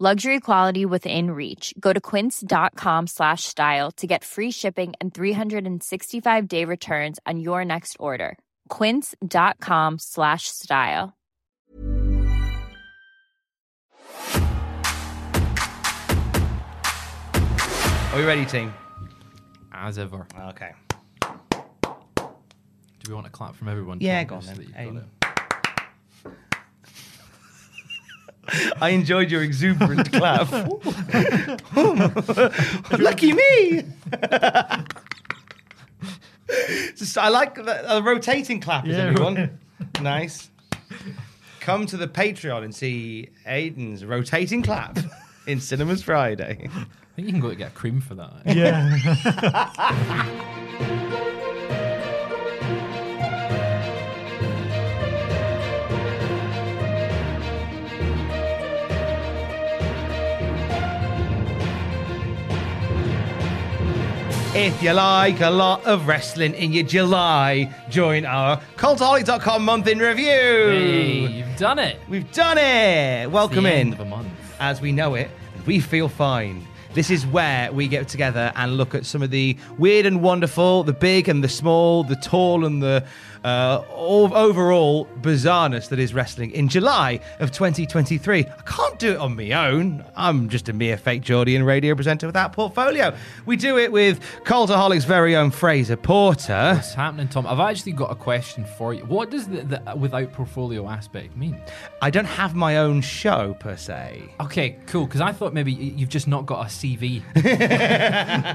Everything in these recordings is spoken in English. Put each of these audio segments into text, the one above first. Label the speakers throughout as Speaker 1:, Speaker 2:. Speaker 1: Luxury quality within reach. Go to quince.com slash style to get free shipping and 365 day returns on your next order. Quince.com slash style.
Speaker 2: Are we ready, team? As ever.
Speaker 3: Okay.
Speaker 2: Do we want a clap from everyone?
Speaker 3: Yeah,
Speaker 2: Tom,
Speaker 3: go on
Speaker 2: just
Speaker 3: then.
Speaker 2: that you've got
Speaker 3: Aim.
Speaker 2: it?
Speaker 3: I enjoyed your exuberant clap. Lucky me! Just- I like the, a rotating clap, is
Speaker 2: Yeah, right.
Speaker 3: everyone. nice. Come to the Patreon and see Aiden's rotating clap in Cinemas Friday.
Speaker 2: I think you can go get a cream for that.
Speaker 4: Yeah.
Speaker 3: If you like a lot of wrestling in your July, join our cultaholic.com month in review.
Speaker 2: Hey, you've done it.
Speaker 3: We've done it! Welcome
Speaker 2: the
Speaker 3: in.
Speaker 2: End of a month.
Speaker 3: as we know it, and we feel fine. This is where we get together and look at some of the weird and wonderful, the big and the small, the tall and the uh, all, overall bizarreness that is wrestling in July of 2023. I can't do it on my own. I'm just a mere fake Geordian radio presenter without portfolio. We do it with Cultaholic's very own Fraser Porter.
Speaker 2: What's happening, Tom? I've actually got a question for you. What does the, the without portfolio aspect mean?
Speaker 3: I don't have my own show per se.
Speaker 2: Okay, cool. Because I thought maybe y- you've just not got a CV.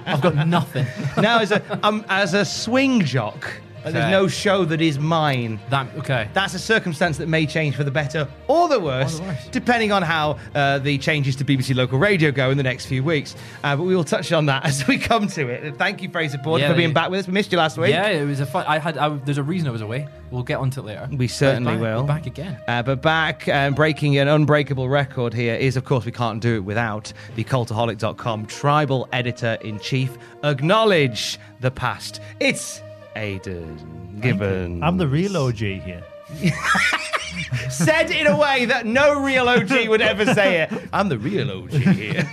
Speaker 2: I've got nothing.
Speaker 3: now, as a um, as a swing jock, there's
Speaker 2: Okay.
Speaker 3: no show that is mine.
Speaker 2: That okay.
Speaker 3: That's a circumstance that may change for the better or the worse,
Speaker 2: worse.
Speaker 3: depending on how uh, the changes to BBC local radio go in the next few weeks. Uh, but we will touch on that as we come to it. Thank you, Fraser Porter,
Speaker 2: Yeah,
Speaker 3: for being
Speaker 2: they-
Speaker 3: back with us. We missed you last week.
Speaker 2: yeah, it was a fun. I had. I, there's a reason I was away. We'll get onto it later. But
Speaker 3: We
Speaker 2: it's
Speaker 3: certainly
Speaker 2: back-
Speaker 3: will.
Speaker 2: we're Back again.
Speaker 3: Uh, but back and breaking an unbreakable record here is, of course, we can't do it without the cultaholic.com tribal editor in chief. Acknowledge the past. It's Aidan Gibbons.
Speaker 4: I'm the real OG here.
Speaker 3: said in a way that no real OG would ever say it. I'm the real OG here.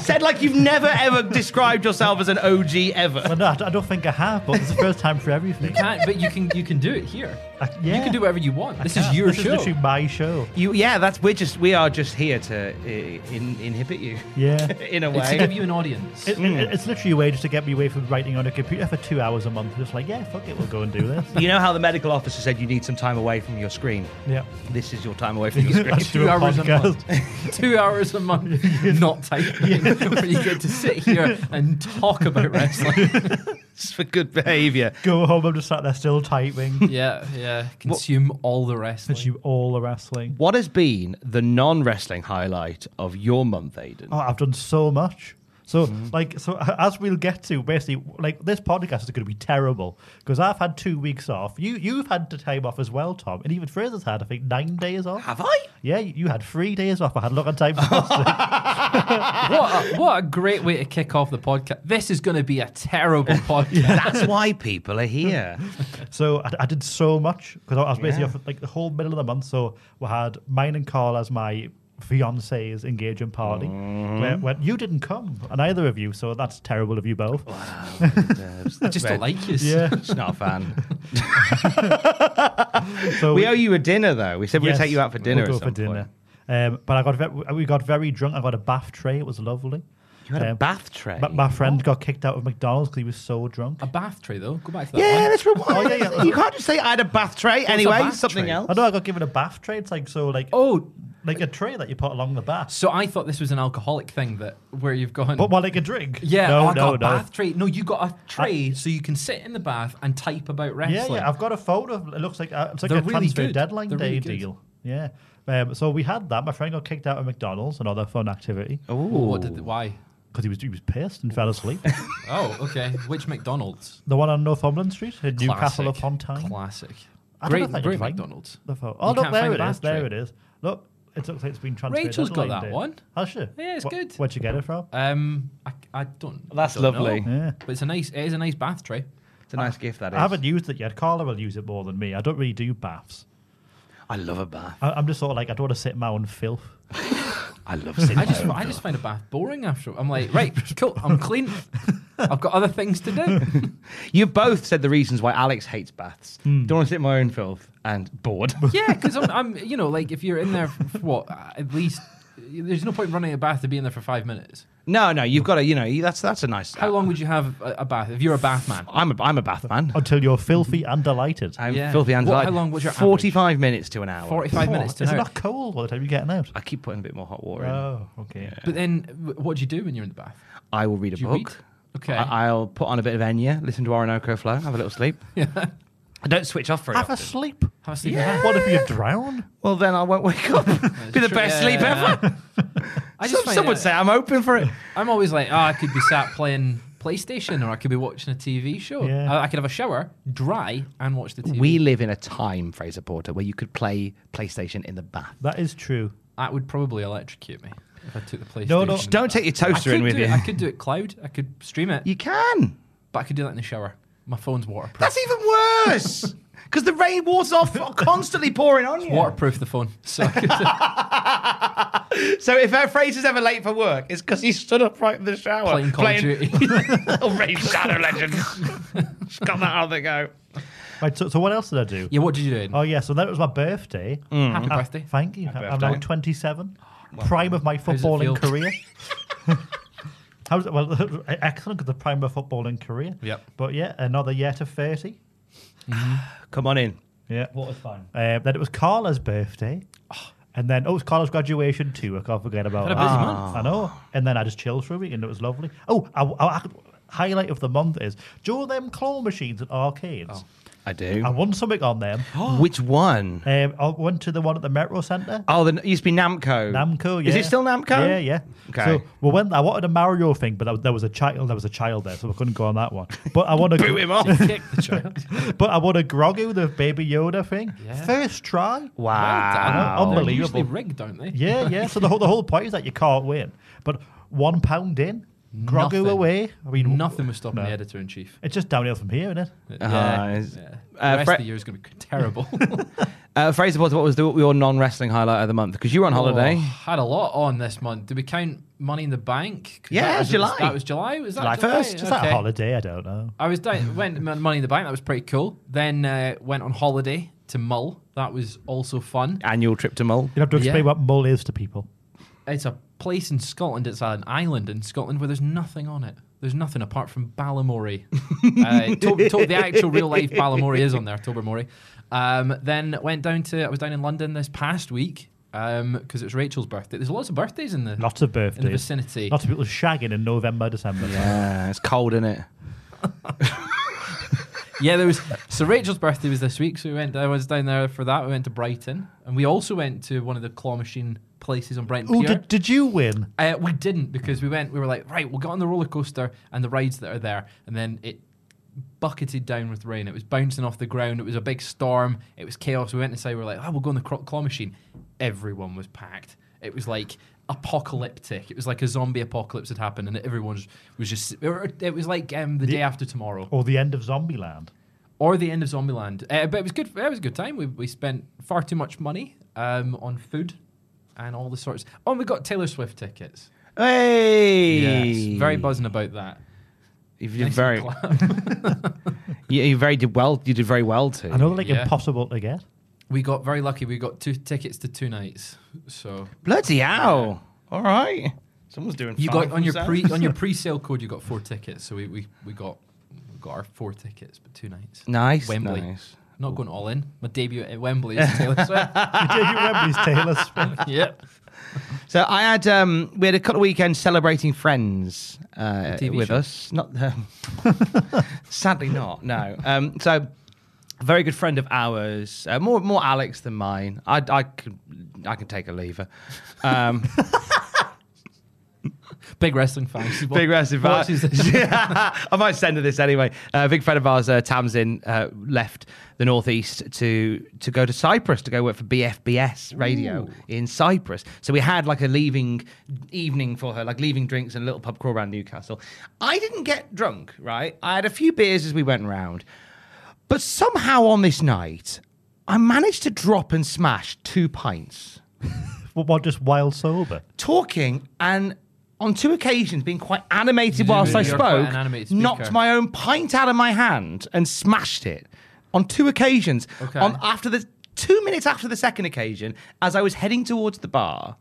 Speaker 3: said like you've never ever described yourself as an OG ever.
Speaker 4: Well, no, I I don't think I have, but it's the first time for everything.
Speaker 2: Can't, but you can. You can do it here.
Speaker 4: I- yeah.
Speaker 2: You can do whatever you want. This
Speaker 4: Yeah,
Speaker 2: is your
Speaker 4: this
Speaker 2: show.
Speaker 4: Is literally my show.
Speaker 3: You, yeah, that's we're just we are just here to uh, in, inhibit you
Speaker 4: Yeah.
Speaker 3: in a
Speaker 2: it's to give
Speaker 3: way.
Speaker 2: you an audience.
Speaker 4: It, it- it's literally a way just to get me away from writing on a computer for two hours a month. Just like, yeah, fuck it, we'll go and do this.
Speaker 3: You know how the medical officer said you need some time away from your screen.
Speaker 4: yeah.
Speaker 3: This is your time away from your
Speaker 4: Let's
Speaker 3: screen.
Speaker 4: do a podcast.
Speaker 2: month. Two hours a month, not typing. Where you get to sit here and talk about wrestling.
Speaker 3: It's for good behaviour.
Speaker 4: Go home, I'm just sat there still typing.
Speaker 2: yeah, yeah. Consume all the wrestling.
Speaker 4: As you all are wrestling.
Speaker 3: What has been the non-wrestling highlight of your month, Aidan?
Speaker 4: Oh, I've done so much. So,
Speaker 2: Mm-hmm.
Speaker 4: like, so as we'll get to, basically, like this podcast is going to be terrible because I've had two weeks off. You, you've had to time off as well, Tom, and even Fraser's had, I think, nine days off.
Speaker 3: Have I?
Speaker 4: Yeah, you you had three days off. I had a lot of time. last week.
Speaker 2: what, a, what a great way to kick off the podcast. This is going to be a terrible podcast.
Speaker 3: That's why people are here.
Speaker 4: So I, I did so much because I, I was basically off like the whole middle of the month. So we had mine and Carl as my fiance's engagement party. Where,
Speaker 3: Mm.
Speaker 4: where you didn't come, and either of you. So that's terrible of you both.
Speaker 2: I just don't like you.
Speaker 4: Yeah.
Speaker 3: It's not a fan.
Speaker 4: So
Speaker 3: We owe you a dinner though. We said we'd
Speaker 4: yes,
Speaker 3: take you out for dinner.
Speaker 4: We'll
Speaker 3: at
Speaker 4: go for
Speaker 3: some
Speaker 4: dinner.
Speaker 3: Point.
Speaker 4: Um, but I got ve- we got very drunk. I got a bath tray. It was lovely.
Speaker 3: You had a
Speaker 4: Um,
Speaker 3: bath tray.
Speaker 4: But my friend got kicked out of McDonald's because he was so drunk.
Speaker 2: A bath tray, though. Go back to that
Speaker 3: yeah,
Speaker 2: one.
Speaker 3: that's from.
Speaker 4: Oh, yeah, yeah.
Speaker 3: You can't just say I had a bath tray.
Speaker 2: a
Speaker 3: anyway,
Speaker 2: bath
Speaker 3: something
Speaker 2: tray?
Speaker 3: else.
Speaker 4: I know I got given a bath tray. It's like so, like
Speaker 2: Oh,
Speaker 4: like a tray that you put along the bath,
Speaker 2: so I thought this was an alcoholic thing that where you've gone.
Speaker 4: but while like a drink.
Speaker 2: yeah,
Speaker 4: no,
Speaker 2: oh, I
Speaker 4: no,
Speaker 2: got a
Speaker 4: no.
Speaker 2: bath tray. No, you got a tray so you can sit in the bath and type about
Speaker 4: Yeah,
Speaker 2: wrestling.
Speaker 4: yeah. I've got a photo. of- It looks like uh, it's like
Speaker 2: They're
Speaker 4: a
Speaker 2: really
Speaker 4: transfer
Speaker 2: good.
Speaker 4: deadline
Speaker 2: They're
Speaker 4: day
Speaker 2: really good.
Speaker 4: deal. Yeah. Um, so we had that. My friend got kicked out of McDonald's, another fun activity,
Speaker 3: Oh,
Speaker 2: Oh, what did, why?
Speaker 4: because he was he was pissed and fell asleep.
Speaker 2: Oh, okay. Which McDonald's?
Speaker 4: the one on Northumberland Street in Newcastle
Speaker 2: Classic.
Speaker 4: upon Tyne.
Speaker 2: Classic.
Speaker 4: I don't
Speaker 2: Great,
Speaker 4: know if I can
Speaker 2: great
Speaker 4: find
Speaker 2: McDonald's.
Speaker 4: The photo.
Speaker 2: You
Speaker 4: Oh, look,
Speaker 2: can't
Speaker 4: there
Speaker 2: find
Speaker 4: it
Speaker 2: the
Speaker 4: is.
Speaker 2: bath
Speaker 4: There
Speaker 2: tray.
Speaker 4: it is. Look, it looks like it's been transferred.
Speaker 2: Rachel's got
Speaker 4: deadline
Speaker 2: that
Speaker 4: day.
Speaker 2: one.
Speaker 4: Has she?
Speaker 2: Yeah, it's good.
Speaker 4: Where'd you get it from?
Speaker 2: Um, I, I don't.
Speaker 3: That's
Speaker 2: I don't
Speaker 3: lovely.
Speaker 2: know.
Speaker 4: Yeah.
Speaker 2: But it's a nice. It is a nice bath tray.
Speaker 3: It's a nice gift that is.
Speaker 4: I haven't used it yet. Carla will use it more than me. I don't really do baths.
Speaker 3: I love a bath.
Speaker 4: I, I'm just sort of like I don't want to sit in my own filth.
Speaker 3: I love sitting.
Speaker 2: I just I just find a bath boring after. I'm like, right, cool. I'm clean. I've got other things to do.
Speaker 3: You both said the reasons why Alex hates baths. Don't want to sit in my own filth and bored.
Speaker 2: Yeah, because I'm, I'm, you know, like if you're in there for what at least. There's no point running a bath to be in there for five minutes.
Speaker 3: no, no, you've got to. You know, you- that's that's a nice. uh,
Speaker 2: How long would you have a, a bath if you're a bath man?
Speaker 3: I'm a I'm a bath man.
Speaker 4: Until you're filthy and delighted.
Speaker 3: I'm
Speaker 2: Yeah.
Speaker 3: filthy and
Speaker 2: What-
Speaker 3: delighted.
Speaker 2: how long was your average?
Speaker 3: Forty-five minutes to an hour.
Speaker 2: Forty-five minutes
Speaker 4: Is
Speaker 2: to
Speaker 4: it
Speaker 2: an hour.
Speaker 4: not cold by the time you're getting out?
Speaker 3: I keep putting a bit more hot water in.
Speaker 4: Oh, okay.
Speaker 2: But then, w- what do you do when you're in the bath?
Speaker 3: I will read a
Speaker 2: Do you
Speaker 3: book.
Speaker 2: read? Okay.
Speaker 3: I, I'll put on a bit of Enya, listen to Orinoco Flow, have a little sleep. Yeah. I don't switch off for
Speaker 4: Have
Speaker 3: it.
Speaker 4: a sleep.
Speaker 2: Have a sleep.
Speaker 4: What if you drown?
Speaker 3: Well, then I won't wake up. Be the
Speaker 2: true.
Speaker 3: best
Speaker 2: Yeah,
Speaker 3: sleep
Speaker 2: yeah, yeah.
Speaker 3: ever.
Speaker 2: I
Speaker 3: Some,
Speaker 2: find
Speaker 3: some would
Speaker 2: it-
Speaker 3: say I'm open for it.
Speaker 2: I'm always like, oh, I could be sat playing PlayStation or I could be watching a TV show.
Speaker 4: Yeah.
Speaker 2: I, I could have a shower, dry, and watch the TV.
Speaker 3: We live in a time, Fraser Porter, where you could play PlayStation in the bath.
Speaker 4: That is true.
Speaker 2: that would probably electrocute me if I took the PlayStation.
Speaker 4: No, no.
Speaker 2: in the
Speaker 3: Don't
Speaker 2: bath.
Speaker 3: take your
Speaker 2: I
Speaker 3: toaster
Speaker 2: could
Speaker 3: in with
Speaker 2: do
Speaker 3: you.
Speaker 2: It. I could do it cloud. I could stream it,
Speaker 3: You can.
Speaker 2: but I could do that in the shower. My phone's waterproof.
Speaker 3: That's even worse. Because the rain water's off constantly pouring on you.
Speaker 2: waterproof the phone. So I could,
Speaker 3: So if uh, Fraser's ever late for work, it's because he stood up right in the shower
Speaker 2: playing Call of Duty.
Speaker 3: little Raid Shadow Legends. Just got that out of the go.
Speaker 4: Right, so, so what else did I do?
Speaker 2: yeah, what did you do?
Speaker 4: Oh, yeah, so that was my birthday.
Speaker 2: Happy
Speaker 4: uh,
Speaker 2: birthday.
Speaker 4: Thank you. I'm
Speaker 3: birthday.
Speaker 4: now 27, prime of my
Speaker 2: does it feel?
Speaker 4: footballing career. How's it? Well, excellent 'cause the prime of footballing career.
Speaker 2: Yep.
Speaker 4: But yeah, another year to 30.
Speaker 3: Come on in.
Speaker 4: Yeah. What was fun? Um, then it was Carla's birthday. And then, oh, it was Carla's graduation too. I can't forget about
Speaker 2: Had a
Speaker 4: that.
Speaker 2: busy month.
Speaker 4: I know. And then I just chilled through it and it was lovely. Oh, I, I- I- highlight of the month is do you know them claw machines at arcades?
Speaker 3: I do.
Speaker 4: I won something on them.
Speaker 3: Which one?
Speaker 4: um, I went to the one at the Metro Centre.
Speaker 3: Oh, the, it used to be Namco.
Speaker 4: Namco, yeah.
Speaker 3: Is it still Namco?
Speaker 4: Yeah, yeah.
Speaker 3: Okay.
Speaker 4: So, well, when I wanted a Mario thing, but there was- there was a child, there was a child there, so I couldn't go on that one. But I want
Speaker 3: Boo
Speaker 4: to,
Speaker 3: him off.
Speaker 2: Kick the child.
Speaker 4: but I want a Grogu, the Baby Yoda thing. First try.
Speaker 3: Wow.
Speaker 4: Well done.
Speaker 2: They're usually
Speaker 4: Unbelievable.
Speaker 2: rigged, aren't they?
Speaker 4: Yeah, yeah. So the whole the whole point is that you can't win. But one pound in, Grogu
Speaker 2: Nothing.
Speaker 4: away. I mean,
Speaker 2: Nothing was stopping the editor in chief.
Speaker 4: It's just downhill from here, isn't it?
Speaker 3: Ah,
Speaker 2: yeah.
Speaker 3: is-
Speaker 2: yeah. The
Speaker 3: uh,
Speaker 2: rest
Speaker 3: Fre-
Speaker 2: of the year is going to be terrible.
Speaker 3: Uh, Fraser Porter, what was the, your non wrestling highlight of the month? Because you were on holiday.
Speaker 2: Oh, had a lot on this month. Did we count Money in the Bank? 'Cause
Speaker 3: Yeah,
Speaker 2: that
Speaker 3: it was
Speaker 2: was-
Speaker 3: July.
Speaker 2: That was July. Was that
Speaker 3: July 1st,
Speaker 4: Is that a holiday? I don't know.
Speaker 2: I was down, went to Money in the Bank. That was pretty cool. Then uh, went on holiday to Mull. That was also fun.
Speaker 3: Annual trip to Mull.
Speaker 4: You have to explain
Speaker 2: Yeah.
Speaker 4: what mole is to people.
Speaker 2: It's a place in Scotland. It's an island in Scotland where there's nothing on it. There's nothing apart from Ballamory. uh, to- to- the actual real life Ballamory is on there, Tobermory. Um, then went down to, I was down in London this past week because it was Rachel's birthday. There's lots of birthdays in the
Speaker 4: Lots of birthdays.
Speaker 2: in the vicinity.
Speaker 4: Lots of people shagging in November, December.
Speaker 3: Yeah, it's cold, isn't it?
Speaker 2: Yeah, there was. So Rachel's birthday was this week, so we went. I was down there for that. We went to Brighton, and we also went to one of the claw machine places on Brighton
Speaker 4: Oh,
Speaker 2: Pier.
Speaker 4: did, did you win?
Speaker 2: uh, we didn't because we went. We were like, right, we'll get on the roller coaster and the rides that are there, and then it bucketed down with rain. It was bouncing off the ground. It was a big storm. It was chaos. We went inside. We were like, oh, we'll go on the cro- claw machine. Everyone was packed. It was like apocalyptic. It was like a zombie apocalypse had happened, and everyone was just. It was like um, the day after tomorrow
Speaker 4: Or the end of Zombieland?
Speaker 2: or the end of Zombieland. Uh, but it was good. It was a good time. We, we spent far too much money um, on food and all the sorts. Oh, and we got Taylor Swift tickets.
Speaker 3: Hey!
Speaker 2: Yes, very buzzing about that.
Speaker 3: You did
Speaker 2: Nice and
Speaker 3: very,
Speaker 2: cla-
Speaker 3: you, you very did well. You did very well too.
Speaker 4: I know they're like
Speaker 2: Yeah.
Speaker 4: impossible to get.
Speaker 2: we got very lucky. We got two tickets to two nights. So
Speaker 3: Bloody hell! All right. Someone's doing.
Speaker 2: You
Speaker 3: five
Speaker 2: got on your pre
Speaker 3: themselves.
Speaker 2: on your pre-sale code. You got four tickets, so we we, we got we got our four tickets, but two nights.
Speaker 3: Nice,
Speaker 2: Wembley.
Speaker 3: nice.
Speaker 2: Not going all in. My debut at Wembley is Taylor Swift.
Speaker 4: Did you Wembley's Taylor Swift?
Speaker 2: yep.
Speaker 3: So I had um, we had a couple of weekends celebrating Friends uh,
Speaker 2: TV
Speaker 3: with
Speaker 2: show.
Speaker 3: us. Not um, sadly not no. Um, so a very good friend of ours, uh, more more Alex than mine. I I could I can take a lever. Um,
Speaker 2: Big wrestling fan. She wa-
Speaker 3: big wrestling fan.
Speaker 2: watches this.
Speaker 3: I might send her this anyway. Uh, a big friend of ours, uh, Tamsin, uh, left the northeast to to go to Cyprus to go work for BFBS Radio in Cyprus. So we had like a leaving evening for her, like leaving drinks and a little pub crawl around Newcastle. I didn't get drunk, right? I had a few beers as we went round, but somehow on this night, I managed to drop and smash two pints
Speaker 4: What, what, just wild sober?
Speaker 3: talking and on two occasions being quite animated
Speaker 2: You
Speaker 3: whilst I
Speaker 2: really are quite
Speaker 3: spoke,
Speaker 2: an animated speaker.
Speaker 3: knocked my own pint out of my hand and smashed it on two occasions.
Speaker 2: Okay.
Speaker 3: On after the two minutes after the second occasion, as I was heading towards the bar,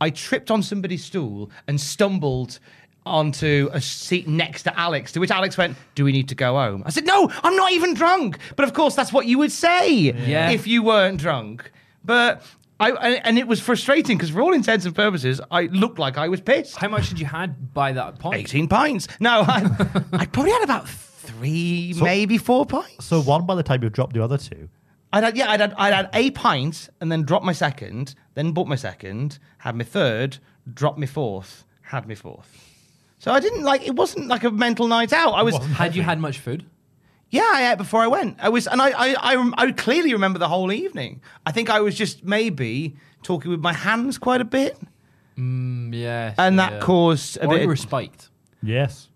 Speaker 3: I tripped on somebody's stool and stumbled onto a seat next to Alex, to which Alex went, Do we need to go home? I said, No, I'm not even drunk. But of course that's what you would say
Speaker 2: Yeah.
Speaker 3: if you weren't drunk. But I and and it was frustrating because for all intents and purposes, I looked like I was pissed.
Speaker 2: How much did you had by that point?
Speaker 3: Eighteen pints. No, I, I probably had about three, maybe four pints.
Speaker 4: So one by the time you dropped the other two.
Speaker 3: I'd had, yeah, I'd had, I'd had a pint and then dropped my second, then bought my second, had my third, dropped my fourth, had my fourth. So I didn't like. It wasn't like a mental night out. I was.
Speaker 2: Had you had much food?
Speaker 3: Yeah, I ate before I went. I was, and I, I, I, rem- I clearly remember the whole evening. I think I was just maybe talking with my hands quite a bit,
Speaker 2: Mm, yes.
Speaker 3: and that
Speaker 2: yeah.
Speaker 3: caused a
Speaker 2: Or
Speaker 3: bit.
Speaker 2: you
Speaker 3: of-
Speaker 2: were spiked.
Speaker 4: Yes.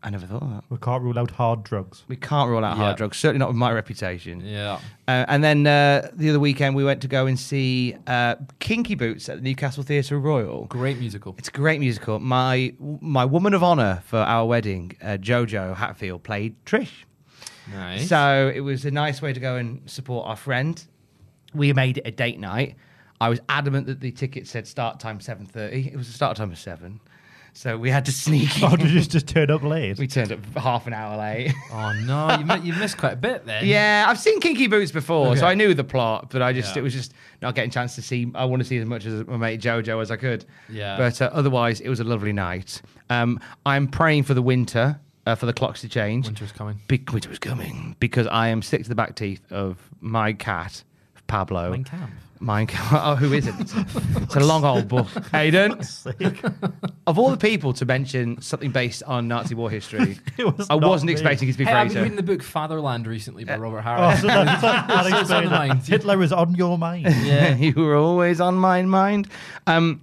Speaker 3: I never thought of that.
Speaker 4: We can't rule out hard drugs.
Speaker 3: We can't rule out
Speaker 2: Yeah.
Speaker 3: hard drugs, certainly not with my reputation.
Speaker 2: Yeah.
Speaker 3: Uh, and then uh, the other weekend, we went to go and see uh, Kinky Boots at the Newcastle Theatre Royal.
Speaker 2: Great musical.
Speaker 3: It's a great musical. My my woman of honour for our wedding, uh, Jojo Hatfield, played Trish.
Speaker 2: Nice.
Speaker 3: So it was a nice way to go and support our friend. We made it a date night. I was adamant that the ticket said start time seven thirty. It was a start time of seven, so we had to sneak.
Speaker 4: Or
Speaker 3: In.
Speaker 4: did you just, just turn up late?
Speaker 3: We turned up half an hour late.
Speaker 2: oh no, you mi- you missed quite a bit then.
Speaker 3: yeah, I've seen Kinky Boots before, so
Speaker 2: Okay.
Speaker 3: I knew the plot, but I just
Speaker 2: Yeah.
Speaker 3: it was just not getting a chance to see. I want to see as much as my mate Jojo as I could.
Speaker 2: Yeah.
Speaker 3: But uh, otherwise, it was a lovely night. Um, I'm praying for the winter. Uh, for the clocks to change.
Speaker 2: Winter's coming.
Speaker 3: Big winter was coming because I am sick to the back teeth of my cat Pablo.
Speaker 2: Mein Kampf.
Speaker 3: Mein Kampf. Oh, who isn't? it's a long old book. Aiden, of all the people to mention something based on Nazi war history,
Speaker 4: It was
Speaker 3: I
Speaker 4: not
Speaker 3: wasn't
Speaker 4: me.
Speaker 3: expecting it to be
Speaker 2: Hey, I've been
Speaker 3: Fraser. Uh,
Speaker 2: reading the book Fatherland recently by Robert
Speaker 4: Oh,
Speaker 2: Harris.
Speaker 4: so that, that,
Speaker 2: on
Speaker 4: that explains
Speaker 2: the
Speaker 4: that.
Speaker 2: mind.
Speaker 4: Hitler is on your mind.
Speaker 2: yeah.
Speaker 3: you were always on my mind. Um,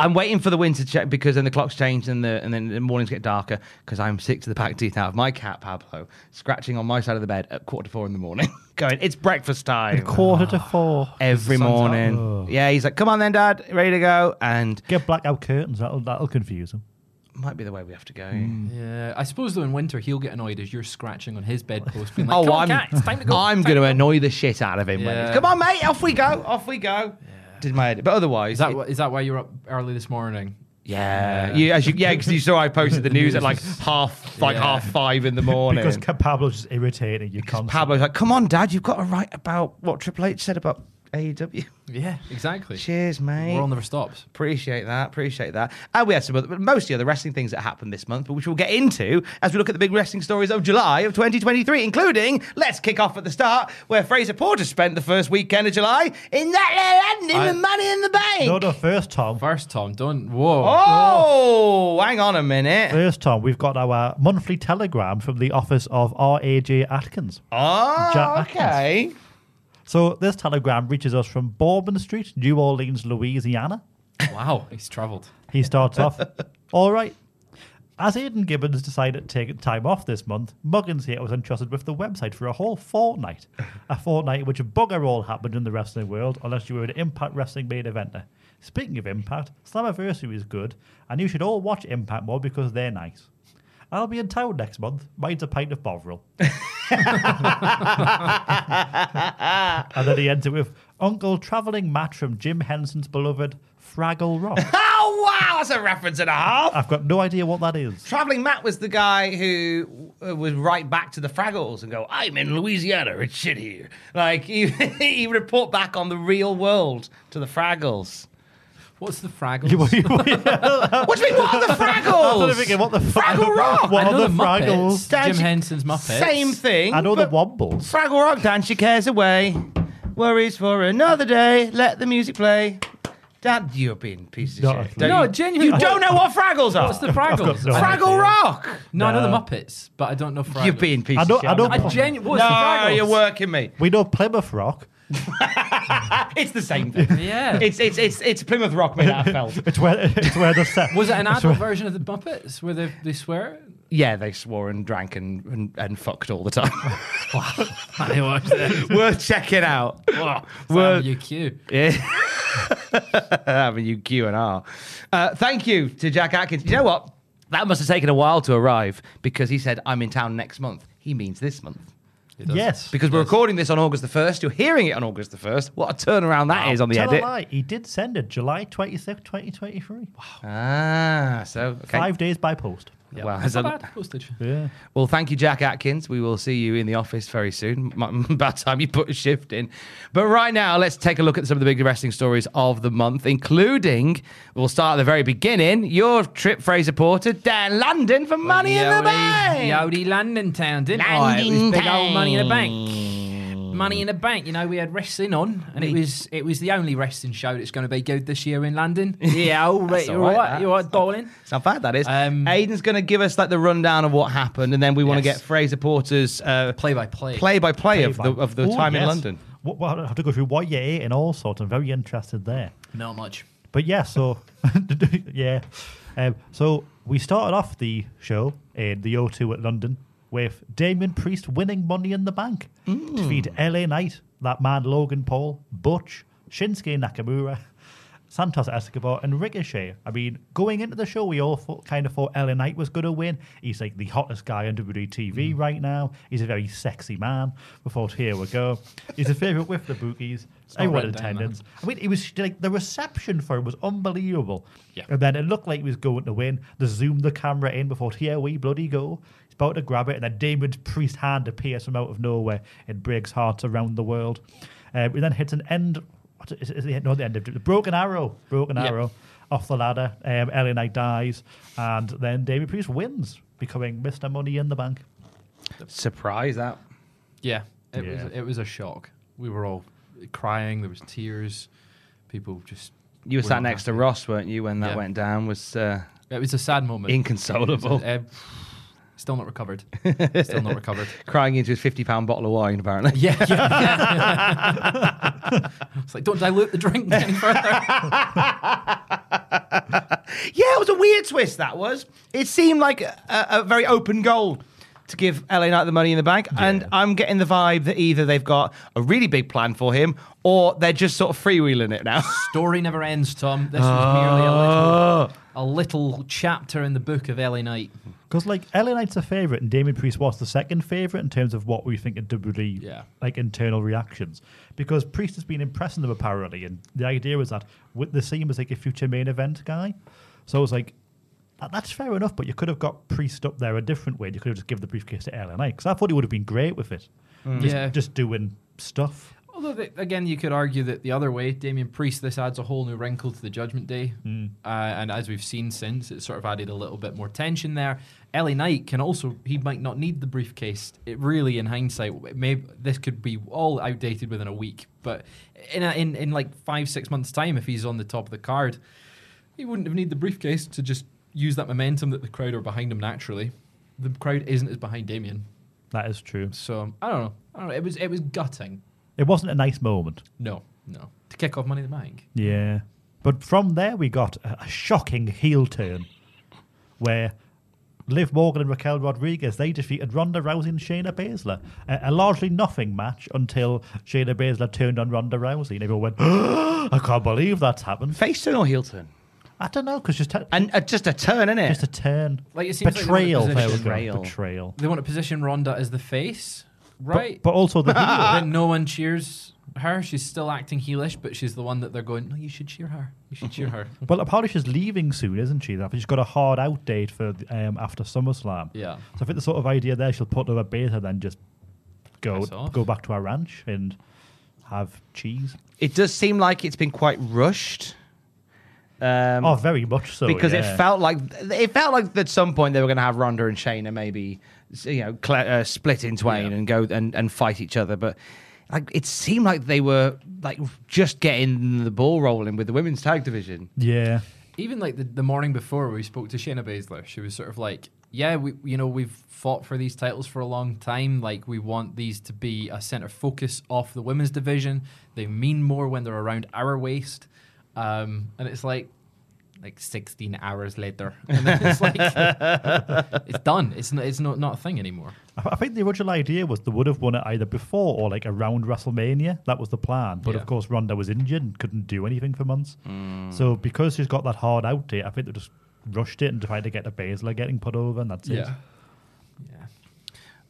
Speaker 3: I'm waiting for the winter check because then the clocks change and the and then the mornings get darker because I'm sick to the back teeth out of my cat Pablo scratching on my side of the bed at quarter to four in the morning, going, "It's breakfast time."
Speaker 4: Quarter to four.
Speaker 3: Every
Speaker 2: sun's up.
Speaker 3: morning, yeah, he's like, "Come on then, Dad, ready to go," and
Speaker 4: Get blackout curtains. That'll that'll confuse him.
Speaker 3: might be the way we have to go.
Speaker 2: Yeah. I suppose though in winter he'll get annoyed as you're scratching on his bedpost being like,
Speaker 3: Oh,
Speaker 2: Come on,
Speaker 3: I'm,
Speaker 2: cat, it's time to go.
Speaker 3: I'm going to annoy the shit out of him. when it's
Speaker 2: Yeah.
Speaker 3: Come on, mate, off we go, off we go. Did my edit, but otherwise,
Speaker 2: Is that
Speaker 3: it-
Speaker 2: wh- is that why you're up early this morning?
Speaker 3: yeah, you, as you, yeah, because you saw I posted the news at like half, like
Speaker 2: Yeah.
Speaker 3: half five in the morning.
Speaker 4: Because Pablo's just irritating you constantly.
Speaker 3: Pablo's like, "Come on, Dad, you've got to write about what Triple H said about AEW."
Speaker 2: Yeah, exactly.
Speaker 3: Cheers, mate.
Speaker 2: World never stops.
Speaker 3: Appreciate that. Appreciate that. And we had some other, but mostly other wrestling things that happened this month, but which we'll get into as we look at the big wrestling stories of July of 2023, including let's kick off at the start where Fraser Porter spent the first weekend of July in that little ending
Speaker 2: I-
Speaker 3: with Money in the Bank.
Speaker 4: No, no, first Tom.
Speaker 2: First Tom, don't whoa.
Speaker 3: Oh, hang on a minute.
Speaker 4: First Tom, we've got our monthly telegram from the office of R.A.J. Atkins.
Speaker 3: Oh,
Speaker 4: Jack
Speaker 3: okay.
Speaker 4: So this telegram reaches us from Bourbon Street, New Orleans, Louisiana.
Speaker 2: Wow, he's travelled.
Speaker 4: He starts off, all right. As Aidan Gibbons decided to take time off this month, Muggins here was entrusted with the website for a whole fortnight. A fortnight in which bugger all happened in the wrestling world unless you were an Impact Wrestling main eventer. Speaking of Impact, Slammiversary is good, and you should all watch Impact more because they're nice. I'll be in town next month. Mine's a pint of Bovril. and then he ends it with Uncle Travelling Match from Jim Henson's beloved Fraggle Rock.
Speaker 3: Oh, Wow, that's a reference and a half.
Speaker 4: I've got no idea what that is.
Speaker 3: Traveling Matt was the guy who uh, would write back to the Fraggles and go, "I'm in Louisiana. It's shit here." Like he, he would report back on the real world to the Fraggles.
Speaker 2: What's the Fraggles?
Speaker 3: What do you mean? What are the
Speaker 4: I was
Speaker 3: Fraggles?
Speaker 4: thinking, what the fuck?
Speaker 3: Fraggle Rock.
Speaker 4: What
Speaker 2: I
Speaker 4: are
Speaker 2: know
Speaker 4: the
Speaker 2: the, Muppets.
Speaker 4: Fraggles?
Speaker 3: Dad,
Speaker 2: Jim
Speaker 3: you-
Speaker 2: Henson's Muppets.
Speaker 3: Same thing.
Speaker 4: I know the
Speaker 3: but-
Speaker 4: Wobbles.
Speaker 3: Fraggle Rock dance your cares away. Worries for another day. Let the music play. Dad, you're being pieces of
Speaker 4: Not a
Speaker 3: shit.
Speaker 4: clue.
Speaker 3: Don't
Speaker 2: No,
Speaker 3: you-
Speaker 2: genuinely.
Speaker 3: You don't know what Fraggles are.
Speaker 2: What's the Fraggles?
Speaker 4: no
Speaker 2: I-
Speaker 4: idea.
Speaker 3: Fraggle Rock.
Speaker 2: No, I know the Muppets, but I don't know Fraggles.
Speaker 3: You're being pieces
Speaker 4: I
Speaker 3: of
Speaker 4: don't.
Speaker 3: shit.
Speaker 4: I don't.
Speaker 2: I genu- what's the
Speaker 3: No,
Speaker 2: Fraggles?
Speaker 3: you're working me.
Speaker 4: we know Plymouth Rock.
Speaker 3: It's the same thing.
Speaker 2: Yeah.
Speaker 3: It's it's it's it's Plymouth Rock made out of felt.
Speaker 4: It's where it's where the set.
Speaker 2: was it an adult version of the Muppets where they, they swear?
Speaker 3: Yeah, they swore and drank and and, and fucked all the time.
Speaker 2: I watched that.
Speaker 3: Worth checking out. Worth-
Speaker 2: UQ.
Speaker 3: Yeah. Having you Q and R. Uh, thank you to Jack Atkins. You know what? That must have taken a while to arrive because he said, I'm in town next month. He means this month.
Speaker 4: Yes.
Speaker 3: Because we're recording this on August the 1st. You're hearing it on August the 1st. What a turnaround that is on the
Speaker 4: Tell
Speaker 3: edit.
Speaker 4: a lie. He did send it July twenty sixth, 2023.
Speaker 3: Ah, so, okay.
Speaker 4: Five days by post.
Speaker 3: Well, there's a,
Speaker 2: Not bad postage.
Speaker 4: Yeah.
Speaker 3: Well, thank you, Jack Atkins. We will see you in the office very soon. M- About time you put a shift in. But right now, let's take a look at some of the big wrestling stories of the month, including we'll start at the very beginning. Your trip, Fraser Porter, Dan London for Money in the
Speaker 2: Yodie-
Speaker 3: Bank.
Speaker 2: Yodie London Town, didn't I? It was
Speaker 3: London
Speaker 2: big old Money in the Bank. Money in the Bank. You know, we had wrestling on, and it was it was the only wrestling show that's going to be good this year in London. Yeah, all right,
Speaker 3: all
Speaker 2: you're
Speaker 3: right,
Speaker 2: right,
Speaker 3: that.
Speaker 2: you're right, darling.
Speaker 3: It's not bad, that is.
Speaker 2: Um,
Speaker 3: Aiden's going to give us like the rundown of what happened, and then we want to
Speaker 2: Yes.
Speaker 3: get Fraser Porter's uh,
Speaker 2: Play by play.
Speaker 3: play-by-play of the,
Speaker 4: By-
Speaker 3: of the
Speaker 4: Oh,
Speaker 3: time in
Speaker 4: yes.
Speaker 3: London.
Speaker 4: What, what, I have to go through what you ate and all sorts. I'm very interested there.
Speaker 2: Not much.
Speaker 4: But yeah, so yeah, um, so we started off the show in the O2 at London with Damien Priest winning Money in the Bank
Speaker 2: Mm.
Speaker 4: to feed LA Knight, that man Logan Paul, Butch, Shinsuke Nakamura, Santos Escobar, and Ricochet. I mean, going into the show, we all thought, kind of thought LA Knight was going to win. He's like the hottest guy on WWE TV
Speaker 2: Mm.
Speaker 4: right now. He's a very sexy man. We thought, here we go. He's a favorite with the bookies.
Speaker 2: not
Speaker 4: Everyone in
Speaker 2: written down, man.
Speaker 4: attendance. I mean, it was like the reception for him was unbelievable.
Speaker 2: Yeah.
Speaker 4: And then it looked like he was going to win. They zoomed the camera in before, here we bloody go. He's about to grab it, and then Damon's priest hand appears from out of nowhere and breaks hearts around the world. Uh, we then hits an end. What is, is it? No, the end of the broken arrow. Broken
Speaker 2: Yeah.
Speaker 4: arrow off the ladder. Um, LA Knight dies, and then David Priest wins, becoming Mr. Money in the Bank.
Speaker 3: Surprise that.
Speaker 2: Yeah, it was
Speaker 4: Yeah.
Speaker 2: it was a shock. We were all crying. There was tears. People just
Speaker 3: You were sat next to
Speaker 2: happy.
Speaker 3: Ross, weren't you, when that
Speaker 2: Yeah.
Speaker 3: went down? Was uh,
Speaker 2: It was a sad moment.
Speaker 3: inconsolable.
Speaker 2: Uh, still not recovered. Still not recovered.
Speaker 3: Crying into his £50 bottle of wine, apparently.
Speaker 2: Yeah. yeah. it's like, don't dilute the drink any further.
Speaker 3: Yeah, it was a weird twist. That was. It seemed like a, a very open goal to give LA Knight the money in the bank, and I'm getting the vibe that either they've got a really big plan for him, or they're just sort of freewheeling it now.
Speaker 2: Story never ends, Tom. This was merely a little, a little chapter in the book of LA Knight.
Speaker 4: Because like LA Knight's a favorite, and Damien Priest was the second favorite in terms of what we think of WWE,
Speaker 2: Yeah.
Speaker 4: like internal reactions. Because Priest has been impressing them apparently, and the idea was that with the same as like a future main event guy. So I was like, "That- that's fair enough, but you could have got Priest up there a different way. You could have just given the briefcase to LA Knight because I thought he would have been great with it, just,
Speaker 2: Yeah.
Speaker 4: just doing stuff.
Speaker 2: Although, th again, you could argue that the other way, Damien Priest, this adds a whole new wrinkle to the Judgment Day. Uh, and as we've seen since, it sort of added a little bit more tension there. Ellie Knight can also, he might not need the briefcase. It really, in hindsight, it may, this could be all outdated within a week. But in, a, in, in like five, six months' time, if he's on the top of the card, he wouldn't have need the briefcase to just use that momentum that the crowd are behind him naturally. The crowd isn't as behind Damien.
Speaker 4: That is true.
Speaker 2: So, I don't know. I don't know. It was, it was gutting.
Speaker 4: It wasn't a nice moment.
Speaker 2: No, no. To kick off Money in the Bank.
Speaker 4: Yeah. But from there, we got a, a shocking heel turn where Liv Morgan and Raquel Rodriguez, they defeated Ronda Rousey and Shayna Baszler. A, a largely nothing match until Shayna Baszler turned on Ronda Rousey and everyone went, I can't believe that's happened.
Speaker 3: Face turn or heel turn,
Speaker 4: I don't know, because just, t-
Speaker 3: and uh, just a turn, innit?
Speaker 4: just a turn.
Speaker 2: Like, it seems like they were in a
Speaker 4: betrayal. there we
Speaker 2: position-
Speaker 4: go,
Speaker 3: Betrayal.
Speaker 4: Betrayal.
Speaker 2: They want to position Ronda as the face right?
Speaker 4: But ah! also the heel.
Speaker 2: then no one cheers her. She's still acting heelish, but she's the one that they're going, no, you should cheer her. You should cheer her.
Speaker 4: Well, apparently she's leaving soon, isn't she? She's got a hard out date for um, after SummerSlam.
Speaker 2: Yeah.
Speaker 4: So I think the sort of idea there, she'll put her a beta, then just go
Speaker 2: Piss off.
Speaker 4: go back to our ranch and have cheese.
Speaker 3: It does seem like it's been quite rushed. Um,
Speaker 4: oh, very much so.
Speaker 3: because
Speaker 4: yeah.
Speaker 3: it felt like it felt like at some point they were going to have Ronda and Shayna maybe you know cl- uh, split in twain and go and, and fight each other, but like it seemed like they were like just getting the ball rolling with the women's tag division.
Speaker 4: Yeah.
Speaker 2: Even like the, the morning before we spoke to Shayna Baszler, she was sort of like, yeah, we you know we've fought for these titles for a long time. Like we want these to be a center focus of the women's division. They mean more when they're around our waist, um, and it's like. Like 16 hours later, and then it's like it's done. It's not. It's not, not a thing anymore.
Speaker 4: I I think the original idea was they would have won it either before or like around WrestleMania. That was the plan. But
Speaker 2: Yeah. Mm.
Speaker 4: of course, Ronda was injured and couldn't do anything for months. So because she's got that hard out date, I think they just rushed it and tried to get a Baszler getting put over, and that's it.
Speaker 2: yeah.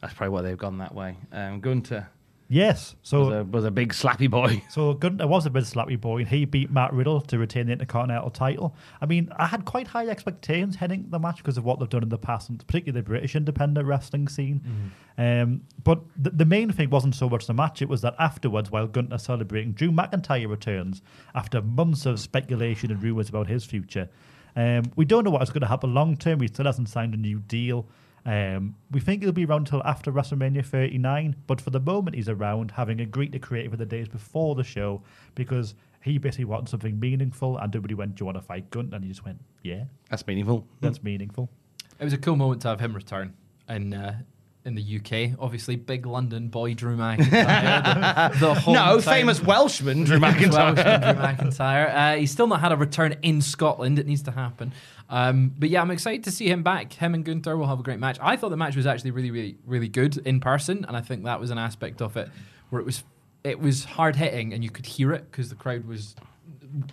Speaker 3: That's probably why they've gone that way. Um, Gunter
Speaker 4: Yes. So
Speaker 3: was a, was a big slappy boy.
Speaker 4: So Gunther was a bit slappy boy, and he beat Matt Riddle to retain the Intercontinental title. I mean, I had quite high expectations heading into the match because of what they've done in the past, and particularly the British independent wrestling scene. Um, but th- the main thing wasn't so much the match; it was that afterwards, while Gunther celebrating, Drew McIntyre returns after months of speculation and rumors about his future. Um, we don't know what's going to happen long term. He still hasn't signed a new deal. Um, we think he'll be around until after WrestleMania 39, but for the moment he's around, having agreed to create for the days before the show because he basically wanted something meaningful. And everybody went, "Do you want to fight Gunt?" And he just went, "Yeah,
Speaker 3: That's meaningful.
Speaker 4: that's meaningful."
Speaker 2: It was a cool moment to have him return in uh, in the UK. Obviously, big London boy Drew McIntyre. the,
Speaker 3: No,
Speaker 2: the hometown-
Speaker 3: famous Welshman Drew
Speaker 2: Welsh
Speaker 3: McIntyre.
Speaker 2: Drew McIntyre. Uh, he's still not had a return in Scotland. It needs to happen. Um, but yeah, I'm excited to see him back. Him and Gunther will have a great match. I thought the match was actually really, really, really good in person, and I think that was an aspect of it where it was it was hard hitting, and you could hear it because the crowd was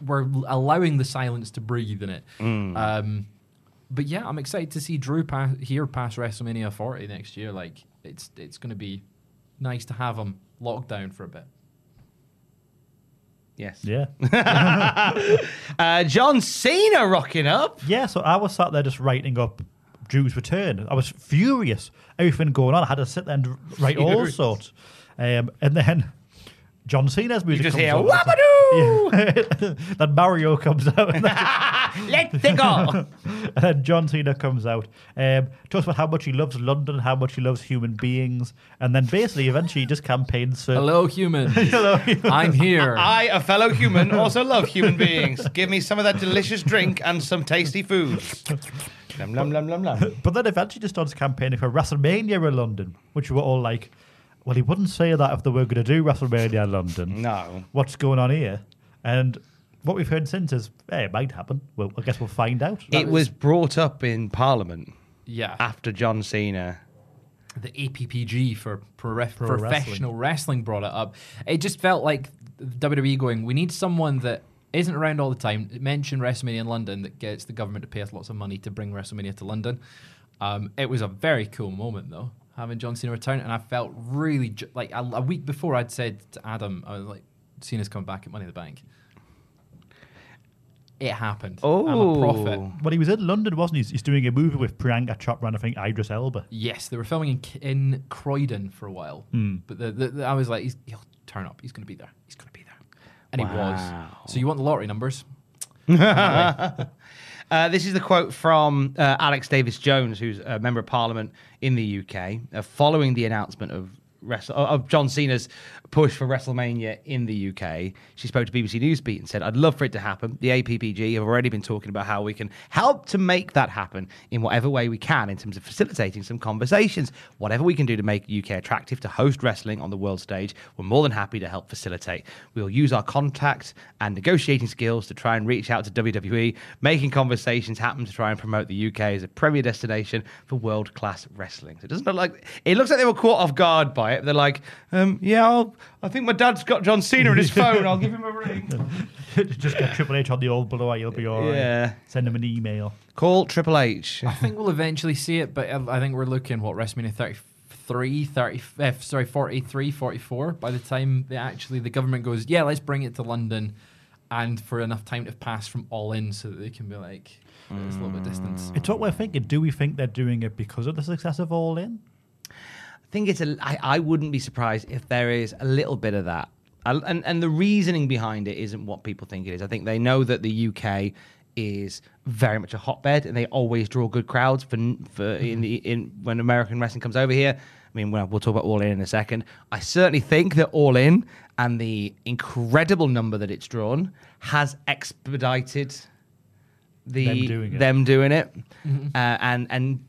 Speaker 2: were allowing the silence to breathe in it. Um, but yeah, I'm excited to see Drew pa- here past WrestleMania 40 next year. Like it's it's going to be nice to have him locked down for a bit.
Speaker 3: yes.
Speaker 4: Yeah,
Speaker 3: Uh, John Cena rocking up.
Speaker 4: yeah. So I was sat there just writing up Drew's return. I was furious. Everything going on, I had to sit there and write all
Speaker 3: Furious.
Speaker 4: sorts. Um, and then John Cena's music
Speaker 3: just
Speaker 4: comes
Speaker 3: hear,
Speaker 4: on. then Mario comes out.
Speaker 3: Let's go.
Speaker 4: And then John Cena comes out, um, talks about how much he loves London, how much he loves human beings, and then basically eventually he just campaigns for.
Speaker 2: Hello, human. Hello, I'm here.
Speaker 3: I, a fellow human, also love human beings. Give me some of that delicious drink and some tasty food. Lum, lum, lum, lum, lum.
Speaker 4: But then eventually just starts campaigning for WrestleMania in London, which we were all like, well, he wouldn't say that if they were going to do WrestleMania in London.
Speaker 3: No.
Speaker 4: What's going on here? And what we've heard since is, hey, it might happen. Well, I guess we'll find out.
Speaker 3: It was brought up in Parliament
Speaker 2: yeah,
Speaker 3: after John Cena.
Speaker 2: the APPG for pro-
Speaker 4: Pro
Speaker 2: professional wrestling. brought it up. It just felt like WWE going, we need someone that isn't around all the time. Mention WrestleMania in London that gets the government to pay us lots of money to bring WrestleMania to London. Um, it was a very cool moment though, having John Cena return, and I felt really ju- like a, a week before I'd said to Adam, I was like, Cena's coming back at Money in the Bank. It happened. I'm a prophet.
Speaker 4: Well, he was in London, wasn't he? He's- He's doing a movie with Priyanka Chopra and I think Idris Elba.
Speaker 2: Yes, they were filming in, C- in Croydon for a while,
Speaker 3: Hmm.
Speaker 2: but the, the, the- I was like, he's, he'll turn up. He's going to be there. He's going to be there, and
Speaker 3: Wow.
Speaker 2: he was. So you want the lottery numbers?
Speaker 3: Uh, this is the quote from uh, Alex Davis Jones, who's a member of Parliament in the UK, uh, following the announcement of wrestle- of John Cena's push for WrestleMania in the UK. She spoke to BBC Newsbeat and said, "I'd love for it to happen. The APPG have already been talking about how we can help to make that happen in whatever way we can, in terms of facilitating some conversations. Whatever we can do to make UK attractive to host wrestling on the world stage, we're more than happy to help facilitate. We'll use our contacts and negotiating skills to try and reach out to WWE, making conversations happen to try and promote the UK as a premier destination for world class wrestling. So it doesn't look like it looks like they were caught off guard by it. They're like, um, yeah, I'll, I think my dad's got John Cena in his phone. I'll give him a ring.
Speaker 4: just get Triple H on the old blower, you'll be all right.
Speaker 3: Yeah.
Speaker 4: Send him an email.
Speaker 3: Call Triple H.
Speaker 2: I think we'll eventually see it, but I, I think we're looking what WrestleMania 30, 43, 30, eh, sorry, 43, 44 by the time they actually the government goes, yeah, let's bring it to London and for enough time to pass from all in so that they can be like, it's a little bit
Speaker 3: Hmm.
Speaker 2: distance.
Speaker 4: It's what we're thinking. Do we think they're doing it because of the success of All In?
Speaker 3: I think it's a. I, I wouldn't be surprised if there is a little bit of that, I, and and the reasoning behind it isn't what people think it is. I think they know that the UK is very much a hotbed, and they always draw good crowds for for
Speaker 4: Mm-hmm.
Speaker 3: in the in when American wrestling comes over here. I mean, we'll, we'll talk about All In in a second. I certainly think that All In and the incredible number that it's drawn has expedited the
Speaker 4: Them doing it.
Speaker 3: them doing it, uh, and and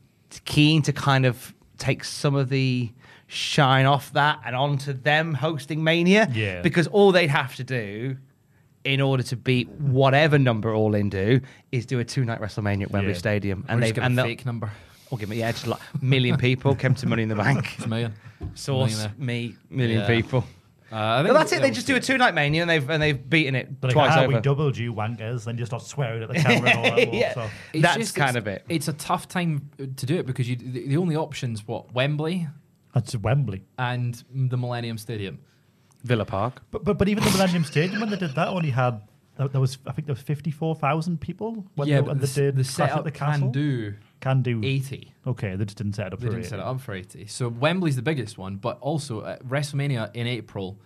Speaker 3: keen to kind of take some of the shine off that and onto them hosting Mania.
Speaker 4: Yeah.
Speaker 3: because all they'd have to do. In order to beat whatever number All In do, is do a two night WrestleMania at Wembley
Speaker 4: Yeah.
Speaker 3: Stadium,
Speaker 2: And they
Speaker 3: they've and
Speaker 2: give a
Speaker 3: they'll-
Speaker 2: fake number.
Speaker 3: Or give me yeah, just like million people came to Money in the Bank.
Speaker 2: It's a million.
Speaker 3: Source
Speaker 2: Millionaire.
Speaker 3: me million
Speaker 2: Yeah.
Speaker 3: people.
Speaker 2: Uh, I think
Speaker 3: Well, that's it. They
Speaker 2: yeah,
Speaker 3: just do
Speaker 2: we'll
Speaker 3: a two night mania and they've and they've beaten it
Speaker 4: But like,
Speaker 3: twice
Speaker 4: ah,
Speaker 3: over.
Speaker 4: we doubled you wankers, then just start swearing at the camera and all that.
Speaker 3: yeah,
Speaker 4: So.
Speaker 2: It's
Speaker 3: that's
Speaker 2: just-
Speaker 3: kind
Speaker 2: it's-
Speaker 3: of it.
Speaker 2: It's a tough time to do it because you the, the only options what Wembley
Speaker 4: That's Wembley.
Speaker 2: and the Millennium Stadium.
Speaker 3: Villa Park.
Speaker 4: But, but but even the Millennium Stadium when they did that only had there there was I think there was fifty four thousand people when
Speaker 2: yeah,
Speaker 4: they,
Speaker 2: but
Speaker 4: when
Speaker 2: the,
Speaker 4: they
Speaker 2: s-
Speaker 4: did
Speaker 2: the
Speaker 4: Clash at
Speaker 2: setup
Speaker 4: the Castle.
Speaker 2: can do
Speaker 4: Can do.
Speaker 2: eighty.
Speaker 4: Okay, they just didn't set it up
Speaker 2: They
Speaker 4: for
Speaker 2: didn't
Speaker 4: it.
Speaker 2: set it up for eighty. So Wembley's the biggest one, but also at WrestleMania in April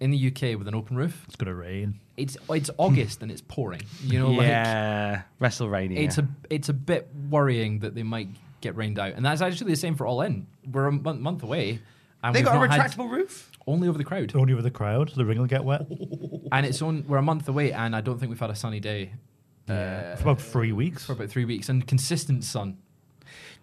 Speaker 2: in the UK with an open roof.
Speaker 4: It's gonna rain.
Speaker 2: It's it's August and it's pouring. You know, like
Speaker 3: yeah, WrestleMania.
Speaker 2: it's a it's a bit worrying that they might get rained out, and that's actually the same for All In. We're a mon- month away, and
Speaker 3: they
Speaker 2: we've
Speaker 3: got a
Speaker 2: not had-
Speaker 3: retractable roof.
Speaker 2: only over the crowd.
Speaker 4: Only with the crowd, so the ring will get wet.
Speaker 2: and it's on. We're a month away, and I don't think we've had a sunny day
Speaker 4: for about three weeks.
Speaker 2: for about three weeks, and consistent sun.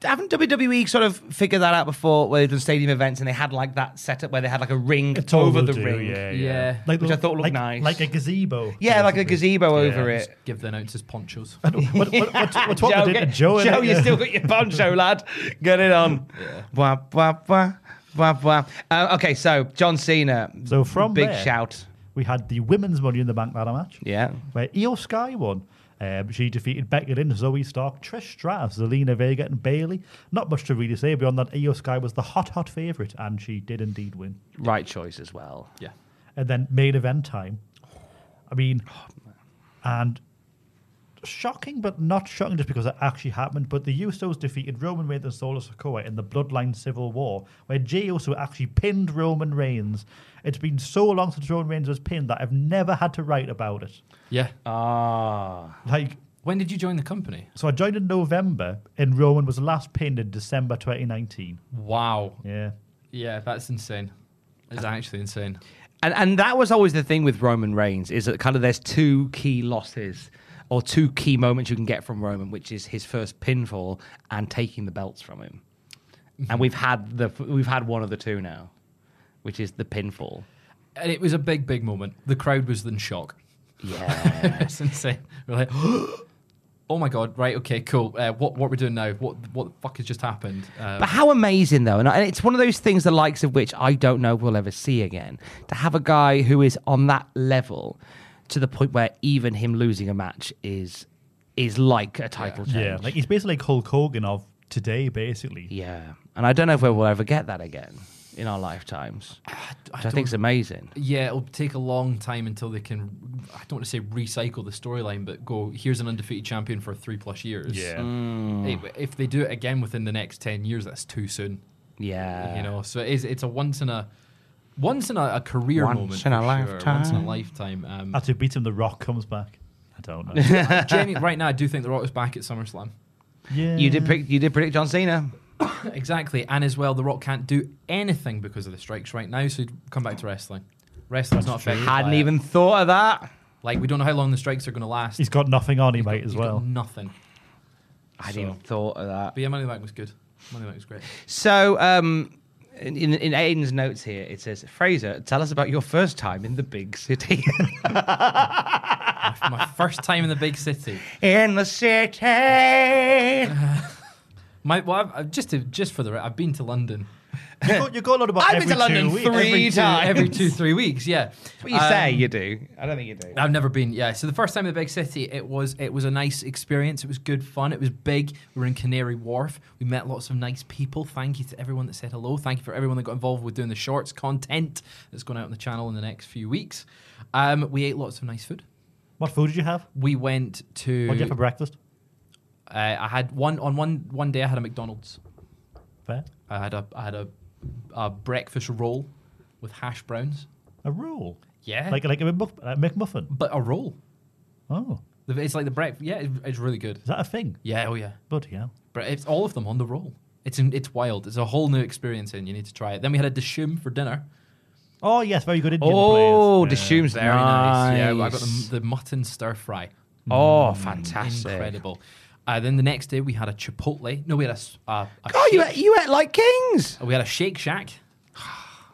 Speaker 3: Haven't WWE sort of figured that out before where they've done stadium events and they had like that setup where they had like a ring
Speaker 4: It's all
Speaker 3: over
Speaker 4: they'll
Speaker 3: the
Speaker 4: do,
Speaker 3: ring?
Speaker 4: Yeah,
Speaker 2: Yeah.
Speaker 3: Which I thought looked
Speaker 4: like,
Speaker 3: nice.
Speaker 4: like a gazebo.
Speaker 3: Yeah, like a
Speaker 4: basically.
Speaker 3: gazebo
Speaker 4: Yeah.
Speaker 3: over it.
Speaker 2: Give the announcers ponchos.
Speaker 4: What, what, what's, what's what they did to
Speaker 3: get-
Speaker 4: Joe?
Speaker 3: Joe,
Speaker 4: innit?
Speaker 3: you
Speaker 4: Yeah.
Speaker 3: still got your poncho, lad. Get it on. Wah, wah, wah, wah, wah. Uh, okay, so John Cena.
Speaker 4: So from
Speaker 3: big
Speaker 4: there-
Speaker 3: shout.
Speaker 4: We had the women's Money in the Bank ladder match.
Speaker 3: Yeah.
Speaker 4: where Io Sky won. Um, she defeated Becky Lynch, Zoe Stark, Trish Stratus, Zelina Vega, and Bailey. Not much to really say beyond that. Io Sky was the hot, hot favourite, and she did indeed win.
Speaker 3: Right choice as well.
Speaker 2: yeah.
Speaker 4: And then main event time. I mean, and shocking, but not shocking just because it actually happened. But the Usos defeated Roman Reigns and Solo Sokoa in the Bloodline Civil War, where Jey Uso actually pinned Roman Reigns. It's been so long since Roman Reigns was pinned that I've never had to write about it.
Speaker 2: Yeah.
Speaker 3: Ah.
Speaker 4: Like,
Speaker 2: when did you join the company?
Speaker 4: So I joined in November, and Roman was last pinned in December 2019.
Speaker 2: Wow.
Speaker 4: Yeah.
Speaker 2: Yeah, that's insane. It's actually insane.
Speaker 3: And and that was always the thing with Roman Reigns is that kind of there's two key losses or two key moments you can get from Roman, which is his first pinfall and taking the belts from him.
Speaker 4: Mm-hmm.
Speaker 3: And we've had the we've had one of the two now, which is the pinfall.
Speaker 2: And it was a big, big moment. The crowd was in shock.
Speaker 3: Yeah.
Speaker 2: it's insane. We're like, oh my god, right? Okay, cool. Uh, what what we're doing now? What what the fuck has just happened? Uh,
Speaker 3: But how amazing, though. And I- and it's one of those things the likes of which I don't know we'll ever see again. To have a guy who is on that level to the point where even him losing a match is is like a title change.
Speaker 4: Yeah. Like he's basically like Hulk Hogan of today, basically.
Speaker 3: Yeah. And I don't know if we'll ever get that again in our lifetimes. Which I, think is amazing.
Speaker 2: yeah, it'll take a long time until they can. I don't want to say recycle the storyline, but go. Here's an undefeated champion for three plus years. Mm.
Speaker 3: Mm.
Speaker 2: If- if they do it again within the next 10 years that's too soon
Speaker 3: Yeah.
Speaker 2: you know so it is, it's a once in a once in a, a career
Speaker 3: Once
Speaker 2: moment
Speaker 3: in
Speaker 2: for
Speaker 3: a
Speaker 2: sure. once in a
Speaker 3: lifetime.
Speaker 2: lifetime um,
Speaker 4: After he beats him, The Rock comes back. I don't know.
Speaker 2: Jamie, right now i do think the rock is back at summerslam
Speaker 4: yeah.
Speaker 3: You did pick, you did predict John Cena.
Speaker 2: exactly and as well the rock can't do anything because of the strikes right now so he'd come back to wrestling wrestling's not affected by
Speaker 3: Hadn't
Speaker 2: it.
Speaker 3: even thought of that.
Speaker 2: like we don't know how long the strikes are going to last
Speaker 4: He's got nothing on, he might
Speaker 2: He's
Speaker 4: as
Speaker 2: got
Speaker 4: well.
Speaker 2: nothing
Speaker 3: I hadn't even thought of that.
Speaker 2: but yeah money in the bank was good money in the bank was great
Speaker 3: So, um, in, in, in Aiden's notes here, it says, Fraser, tell us about your first time in the big city.
Speaker 2: my first time in the big city
Speaker 3: in the city.
Speaker 2: My well, I've, I've- just to, just for the re- I've been to London
Speaker 4: You go, you go load about
Speaker 3: I've been
Speaker 4: every
Speaker 3: to London
Speaker 4: two weeks.
Speaker 3: three
Speaker 4: Every two-
Speaker 3: times.
Speaker 2: every two three weeks. Yeah, that's
Speaker 3: What you say you do? I don't think you do.
Speaker 2: I've never been. Yeah, so the first time in the big city, it was it was a nice experience. It was good fun. It was big. We were in Canary Wharf. We met lots of nice people. Thank you to everyone that said hello. Thank you for everyone that got involved with doing the shorts content that's going out on the channel in the next few weeks. Um, we ate lots of nice food.
Speaker 4: What food did you have?
Speaker 2: We went to.
Speaker 4: What did you have for breakfast?
Speaker 2: uh, I had one on one one day. I had a McDonald's.
Speaker 4: Fair.
Speaker 2: I had a I had a, a breakfast roll with hash browns.
Speaker 4: A roll.
Speaker 2: Yeah,
Speaker 4: Like like a McMuff- a McMuffin.
Speaker 2: but a roll.
Speaker 4: Oh,
Speaker 2: It's like the breakfast. Yeah, it- it's really good.
Speaker 4: is that a thing?
Speaker 2: Yeah, oh yeah.
Speaker 4: Bloody hell.
Speaker 2: But it's all of them on the roll. It's in, it's wild. It's a whole new experience, and you need to try it. Then we had a dashum for dinner.
Speaker 4: Oh yes, very good Indian
Speaker 3: Oh, the
Speaker 4: players. Yeah.
Speaker 3: shoes
Speaker 2: Very
Speaker 3: there.
Speaker 2: nice. Yeah, I got
Speaker 3: Nice.
Speaker 2: the, the mutton stir fry.
Speaker 3: Oh, fantastic!
Speaker 2: Incredible. Uh, then the next day we had a chipotle. No, we had a. s- a- a
Speaker 3: Oh, you ate,
Speaker 2: Shake-
Speaker 3: you ate like kings.
Speaker 2: we had a Shake Shack.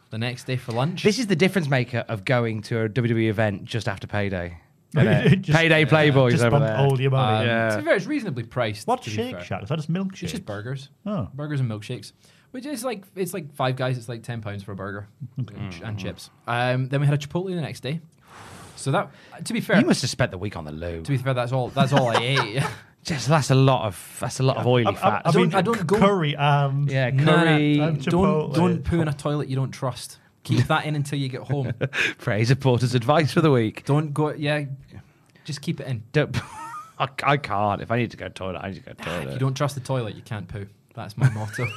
Speaker 2: The next day for lunch.
Speaker 3: This is the difference maker of going to a WWE event just after payday. Isn't it?
Speaker 4: Just- uh,
Speaker 3: payday playboys
Speaker 4: Just
Speaker 3: over
Speaker 4: spent
Speaker 3: there.
Speaker 4: all your money.
Speaker 3: Um,
Speaker 2: To be fair, it's reasonably priced.
Speaker 4: What's
Speaker 2: to be
Speaker 4: Shake
Speaker 2: fair.
Speaker 4: Shack? Is that just milkshake?
Speaker 2: It's just burgers.
Speaker 4: Oh.
Speaker 2: Burgers and milkshakes. Which is like it's like five guys, it's like ten pounds for a burger. And, ch- and chips. Um, then we had a Chipotle the next day. So that to be fair
Speaker 3: You must have spent the week on the loo.
Speaker 2: to be fair, that's all that's all I ate.
Speaker 3: Just that's a lot of that's a lot of oily
Speaker 4: I, I,
Speaker 3: fat.
Speaker 4: I
Speaker 2: Don't-
Speaker 4: mean,
Speaker 2: I don't go-
Speaker 4: curry and
Speaker 3: yeah,
Speaker 2: No, no,
Speaker 3: curry.
Speaker 4: I'm-
Speaker 2: Don't
Speaker 4: Chipotle.
Speaker 2: don't poo in a toilet you don't trust. Keep that in until you get home.
Speaker 3: Fraser Porter's advice for the week.
Speaker 2: Don't go yeah. Just keep it in.
Speaker 3: Don't, I, I can't. If I need to go to the toilet, I need to go to the
Speaker 2: If you
Speaker 3: toilet.
Speaker 2: don't trust the toilet, you can't poo. That's my motto.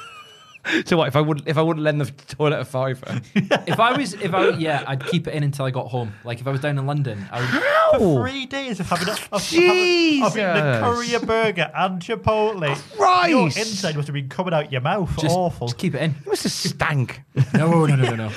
Speaker 3: So what if I would if I wouldn't lend the toilet a fiver?
Speaker 2: if I was, if I yeah, I'd keep it in until I got home. Like if I was down in London, I would
Speaker 4: three days of having a, of, of having,
Speaker 3: Jesus.
Speaker 4: of eating a curry, a burger, and Chipotle. Your
Speaker 3: Christ!
Speaker 4: inside must have been coming out your mouth.
Speaker 2: just,
Speaker 4: Awful.
Speaker 2: just keep it in.
Speaker 3: It must have stank.
Speaker 2: No, no, no, no, no.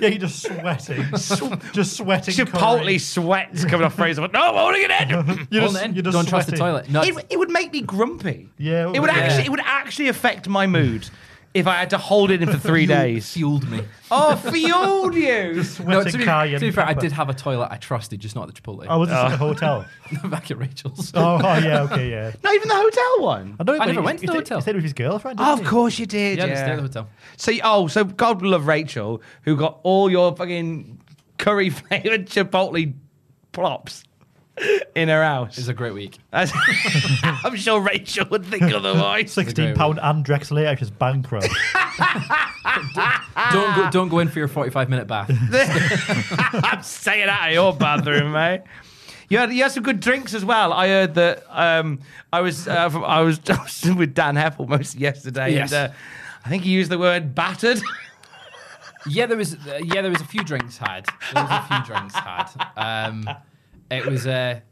Speaker 4: yeah, you're just sweating. just sweating.
Speaker 3: Chipotle
Speaker 4: curry.
Speaker 3: sweats coming off Fraser. No, I'm holding it in.
Speaker 4: You're
Speaker 2: Hold
Speaker 4: just-
Speaker 2: it in.
Speaker 4: you're just
Speaker 2: Don't trust the
Speaker 4: sweating.
Speaker 2: toilet. No,
Speaker 3: It, it would make me grumpy.
Speaker 4: Yeah,
Speaker 3: It would
Speaker 4: yeah.
Speaker 3: actually it would actually affect my mood if I had to hold it in for three days.
Speaker 2: fueled me.
Speaker 3: Oh, fueled you.
Speaker 2: No,
Speaker 4: Sweating
Speaker 2: to be,
Speaker 4: curry
Speaker 2: to
Speaker 4: and
Speaker 2: be fair, I
Speaker 4: pepper.
Speaker 2: did have Oh. a toilet I trusted, just not the Chipotle.
Speaker 4: I was just at a hotel.
Speaker 2: back at Rachel's.
Speaker 4: Oh, oh, yeah, okay, yeah.
Speaker 3: Not even the hotel one.
Speaker 4: I, know, but
Speaker 2: never
Speaker 4: he-
Speaker 2: went to
Speaker 4: he
Speaker 2: the
Speaker 4: stayed-
Speaker 2: hotel.
Speaker 4: He stayed with his girlfriend.
Speaker 3: Oh, of
Speaker 4: didn't he?
Speaker 3: course you did.
Speaker 2: yeah,
Speaker 3: Yeah,
Speaker 2: yeah. stay at the hotel.
Speaker 3: So oh, so God love Rachel who got all your fucking curry flavored chipotle props in her
Speaker 2: It was
Speaker 3: house.
Speaker 2: a great week.
Speaker 3: As- I'm sure Rachel would think otherwise.
Speaker 4: Sixteen pound Andrex later, she's bankrupt.
Speaker 3: Ah.
Speaker 2: Don't go, don't go in for your forty-five minute bath.
Speaker 3: I'm staying out of your bathroom, mate. You had, you had some good drinks as well. I heard that um, I was uh, from, I was I was with Dan Heppel most yesterday,
Speaker 2: Yes.
Speaker 3: and uh, I think he used the word battered.
Speaker 2: yeah, there was uh, yeah, there was a few drinks had. There was a few drinks had. Um, it was a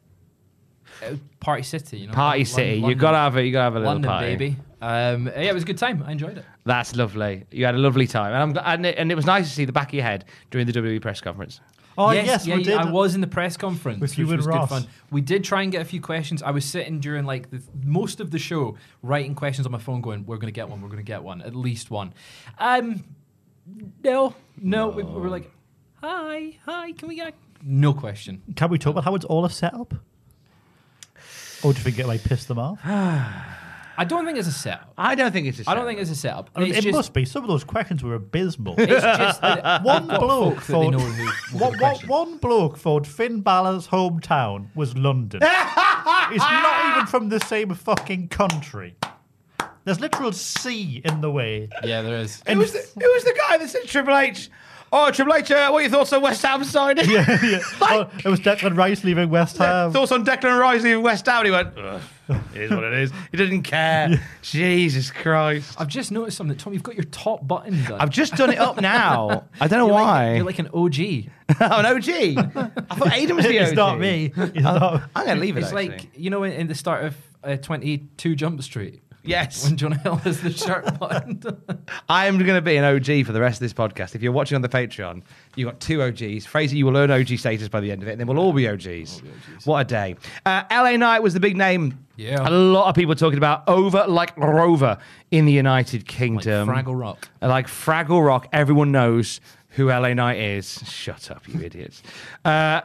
Speaker 2: uh, party city, you know.
Speaker 3: Party
Speaker 2: Lon-
Speaker 3: city, you
Speaker 2: London-
Speaker 3: gotta have it. You gotta have a little
Speaker 2: London,
Speaker 3: party.
Speaker 2: baby. Um, yeah, it was a good time. I enjoyed it.
Speaker 3: That's lovely. You had a lovely time, and I'm gl- and it, and it was nice to see the back of your head during the WWE press conference.
Speaker 4: Oh yes,
Speaker 2: yeah,
Speaker 4: we
Speaker 2: yeah,
Speaker 4: did.
Speaker 2: I was in the press conference,
Speaker 4: With you
Speaker 2: which
Speaker 4: and
Speaker 2: was
Speaker 4: Ross.
Speaker 2: good fun. We did try and get a few questions. I was sitting during like the, most of the show writing questions on my phone, going, "We're going to get one. We're going to get one. At least one." Um, no, no, We, we were like, "Hi, hi, can we get?" a-" No question.
Speaker 4: Can we talk about how it's all a setup? Or do you think it like pissed them off?
Speaker 2: I don't think it's a setup.
Speaker 3: I don't think it's. I
Speaker 2: I don't think it's a setup.
Speaker 4: I mean,
Speaker 2: it's
Speaker 4: it
Speaker 2: just,
Speaker 4: must be. Some of those questions were abysmal.
Speaker 2: It's just that
Speaker 4: one
Speaker 2: they've got
Speaker 4: bloke
Speaker 2: folk that they
Speaker 4: thought,
Speaker 2: know who-
Speaker 4: one, one, one bloke thought Finn Balor's hometown was London. it's not even from the same fucking country. There's literal C in the way.
Speaker 2: yeah, there is.
Speaker 3: It was the, it was the guy that said Triple H. Oh, Triple H, uh, what are your thoughts on West Ham signing?
Speaker 4: Yeah. Oh, it was Declan Rice leaving West Ham.
Speaker 3: Thoughts on Declan Rice leaving West Ham? He went, "Ugh, it is what it is. He didn't care. Jesus Christ.
Speaker 2: I've just noticed something, Tom. You've got your top button done.
Speaker 3: I've just done it up now. I don't know
Speaker 2: You're like-
Speaker 3: why.
Speaker 2: you're like an OG.
Speaker 3: I'm an OG. I thought Aiden was the OG.
Speaker 4: it's not me. It's not.
Speaker 3: I'm going to leave it.
Speaker 2: It's like
Speaker 3: actually.
Speaker 2: you know in, in the start of uh, 22 Jump Street
Speaker 3: yes.
Speaker 2: when John Hill has the shirt buttoned.
Speaker 3: I'm going to be an OG for the rest of this podcast. If you're watching on the Patreon, you've got two OGs. Fraser, you will earn OG status by the end of it, and then we'll all be OGs. What a day. Uh, LA Knight was the big name.
Speaker 2: Yeah.
Speaker 3: A lot of people talking about over like Rover in the United
Speaker 2: like
Speaker 3: Kingdom.
Speaker 2: Fraggle Rock.
Speaker 3: Like Fraggle Rock, everyone knows who LA Knight is. Shut up, you idiots. Uh,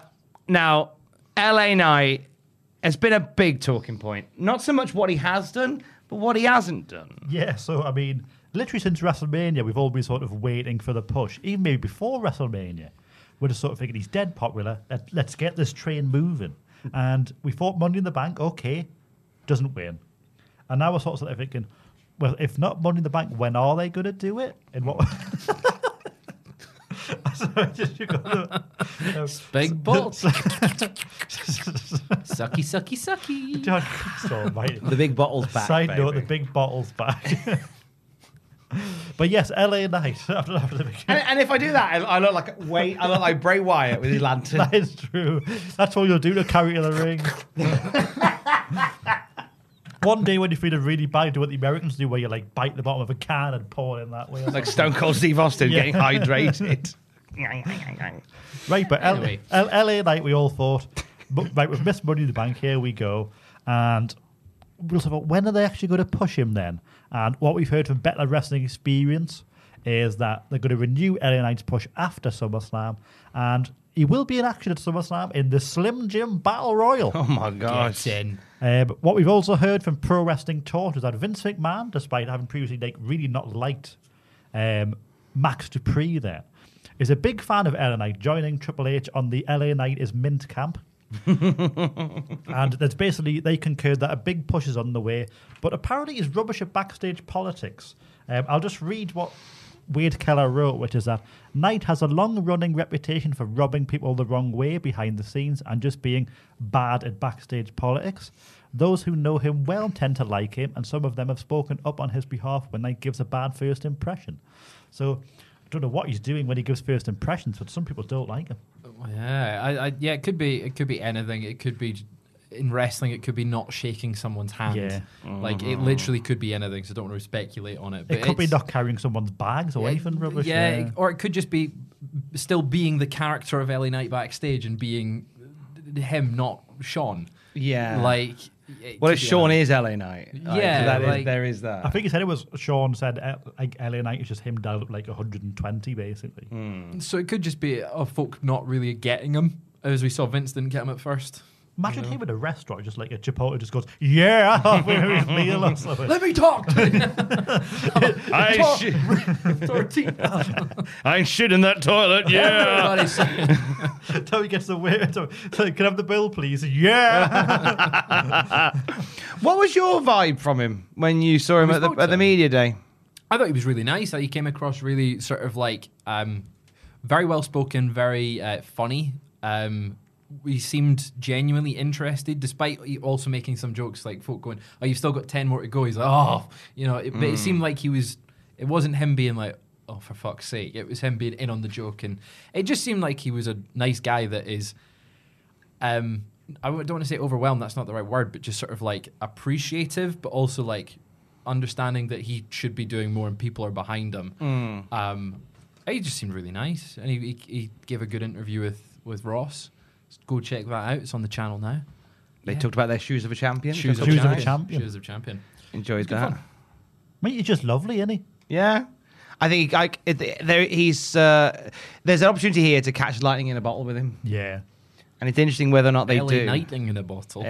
Speaker 3: now, LA Knight has been a big talking point. Not so much what he has done, but what he hasn't done.
Speaker 4: Yeah, so I mean, literally since WrestleMania, we've all been sort of waiting for the push. Even maybe before WrestleMania, we're just sort of thinking he's dead popular. Let, let's get this train moving. And we thought Money in the Bank, okay, doesn't win. And now we're sort of thinking, well, if not Money in the Bank, when are they going to do it? And what? Sorry, just you got the- um,
Speaker 2: Big bull. sucky, sucky, sucky.
Speaker 4: John, it's all right.
Speaker 3: The big bottle's back.
Speaker 4: Side note:
Speaker 3: baby.
Speaker 4: the big bottle's back. but yes, LA Knight. After, after the big,
Speaker 3: And, and if I do that, I, I look like wait, I look like Bray Wyatt with his lantern.
Speaker 4: that is true. That's all you'll do to carry to the ring. One day when you're feeling really bad, do what the Americans do, where you like bite the bottom of a can and pour it in that way.
Speaker 3: like Stone Cold Steve Austin
Speaker 4: Yeah.
Speaker 3: getting hydrated.
Speaker 4: Right, but L-
Speaker 2: Anyway.
Speaker 4: L- LA night, we all thought, but, right, we've missed Money in the Bank, here we go. And we'll talk about when are they actually going to push him then? And what we've heard from Better Wrestling Experience is that they're going to renew LA Knight's push after SummerSlam. And he will be in action at SummerSlam in the Slim Jim Battle Royal.
Speaker 3: Oh my god!
Speaker 2: It's in.
Speaker 4: Uh, but what we've also heard from Pro Wrestling Talk is that Vince McMahon, despite having previously like really not liked um, Max Dupree there, is a big fan of LA Knight, joining Triple H on the LA Knight is Mint Camp. and that's basically they concurred that a big push is on the way, but apparently is rubbish at backstage politics. Um, I'll just read what Wade Keller wrote, which is that Knight has a long-running reputation for rubbing people the wrong way behind the scenes and just being bad at backstage politics. Those who know him well tend to like him, and some of them have spoken up on his behalf when Knight gives a bad first impression. So. I don't know what he's doing when he gives first impressions, but some people don't like him.
Speaker 2: Yeah, I, I, yeah. It could be. It could be anything. It could be in wrestling. It could be not shaking someone's hand.
Speaker 4: Yeah.
Speaker 2: Like it literally could be anything. So don't want to speculate on it.
Speaker 4: It could be
Speaker 2: it's-
Speaker 4: not carrying someone's bags or
Speaker 2: Yeah,
Speaker 4: anything rubbish.
Speaker 2: Yeah, or it could just be still being the character of Ellie Knight backstage and being him, not Sean.
Speaker 3: Yeah.
Speaker 2: Like. it
Speaker 3: Well,
Speaker 2: could
Speaker 3: if
Speaker 2: be
Speaker 3: Sean
Speaker 2: anything.
Speaker 3: is LA Knight, like,
Speaker 2: Yeah,
Speaker 3: that is-
Speaker 2: like-
Speaker 3: there is that.
Speaker 4: I think he said it was Sean said uh, like LA Knight is just him dialed up like 120 basically.
Speaker 2: So it could just be a folk not really getting him, as we saw Vince didn't get him at first.
Speaker 4: Imagine him in a restaurant, just like a Chipotle, just goes, "Yeah, halfway through his meal or something."
Speaker 2: Let me talk.
Speaker 3: I, sh-
Speaker 2: Tortilla.
Speaker 3: I shit in that toilet. Yeah.
Speaker 2: Everybody's-
Speaker 4: Until he gets the waiter, so, so can I have the bill, please? Yeah,
Speaker 3: what was your vibe from him when you saw him
Speaker 2: we
Speaker 3: at the
Speaker 2: spoke to
Speaker 3: at the
Speaker 2: him.
Speaker 3: media day?
Speaker 2: I thought he was really nice. Like, He came across really sort of like um, very well spoken, very uh, funny. Um, he seemed genuinely interested, despite he also making some jokes like folk going, "Oh, you've still got ten more to go." He's like, "Oh, you know," it, but it seemed like he was. It wasn't him being like, "Oh, for fuck's sake!" It was him being in on the joke, and it just seemed like he was a nice guy that is um, I don't want to say overwhelmed, that's not the right word, but just sort of like appreciative, but also like understanding that he should be doing more and people are behind him.
Speaker 3: Mm.
Speaker 2: Um, he just seemed really nice. And he, he, he gave a good interview with, with Ross. Go check that out. It's on the channel now.
Speaker 3: They talked about their shoes of a champion.
Speaker 4: of
Speaker 3: Couple
Speaker 4: a
Speaker 3: times.
Speaker 4: champion. champion.
Speaker 2: Shoes of champion.
Speaker 3: Enjoyed
Speaker 2: good
Speaker 3: that.
Speaker 2: fun.
Speaker 4: mate, he's just lovely, isn't he?
Speaker 3: Yeah. I think like it- there, he's uh, there's an opportunity here to catch lightning in a bottle with him,
Speaker 4: Yeah,
Speaker 3: and it's interesting whether or not they
Speaker 2: LA
Speaker 3: do. Eh.
Speaker 2: Knighting in a bottle.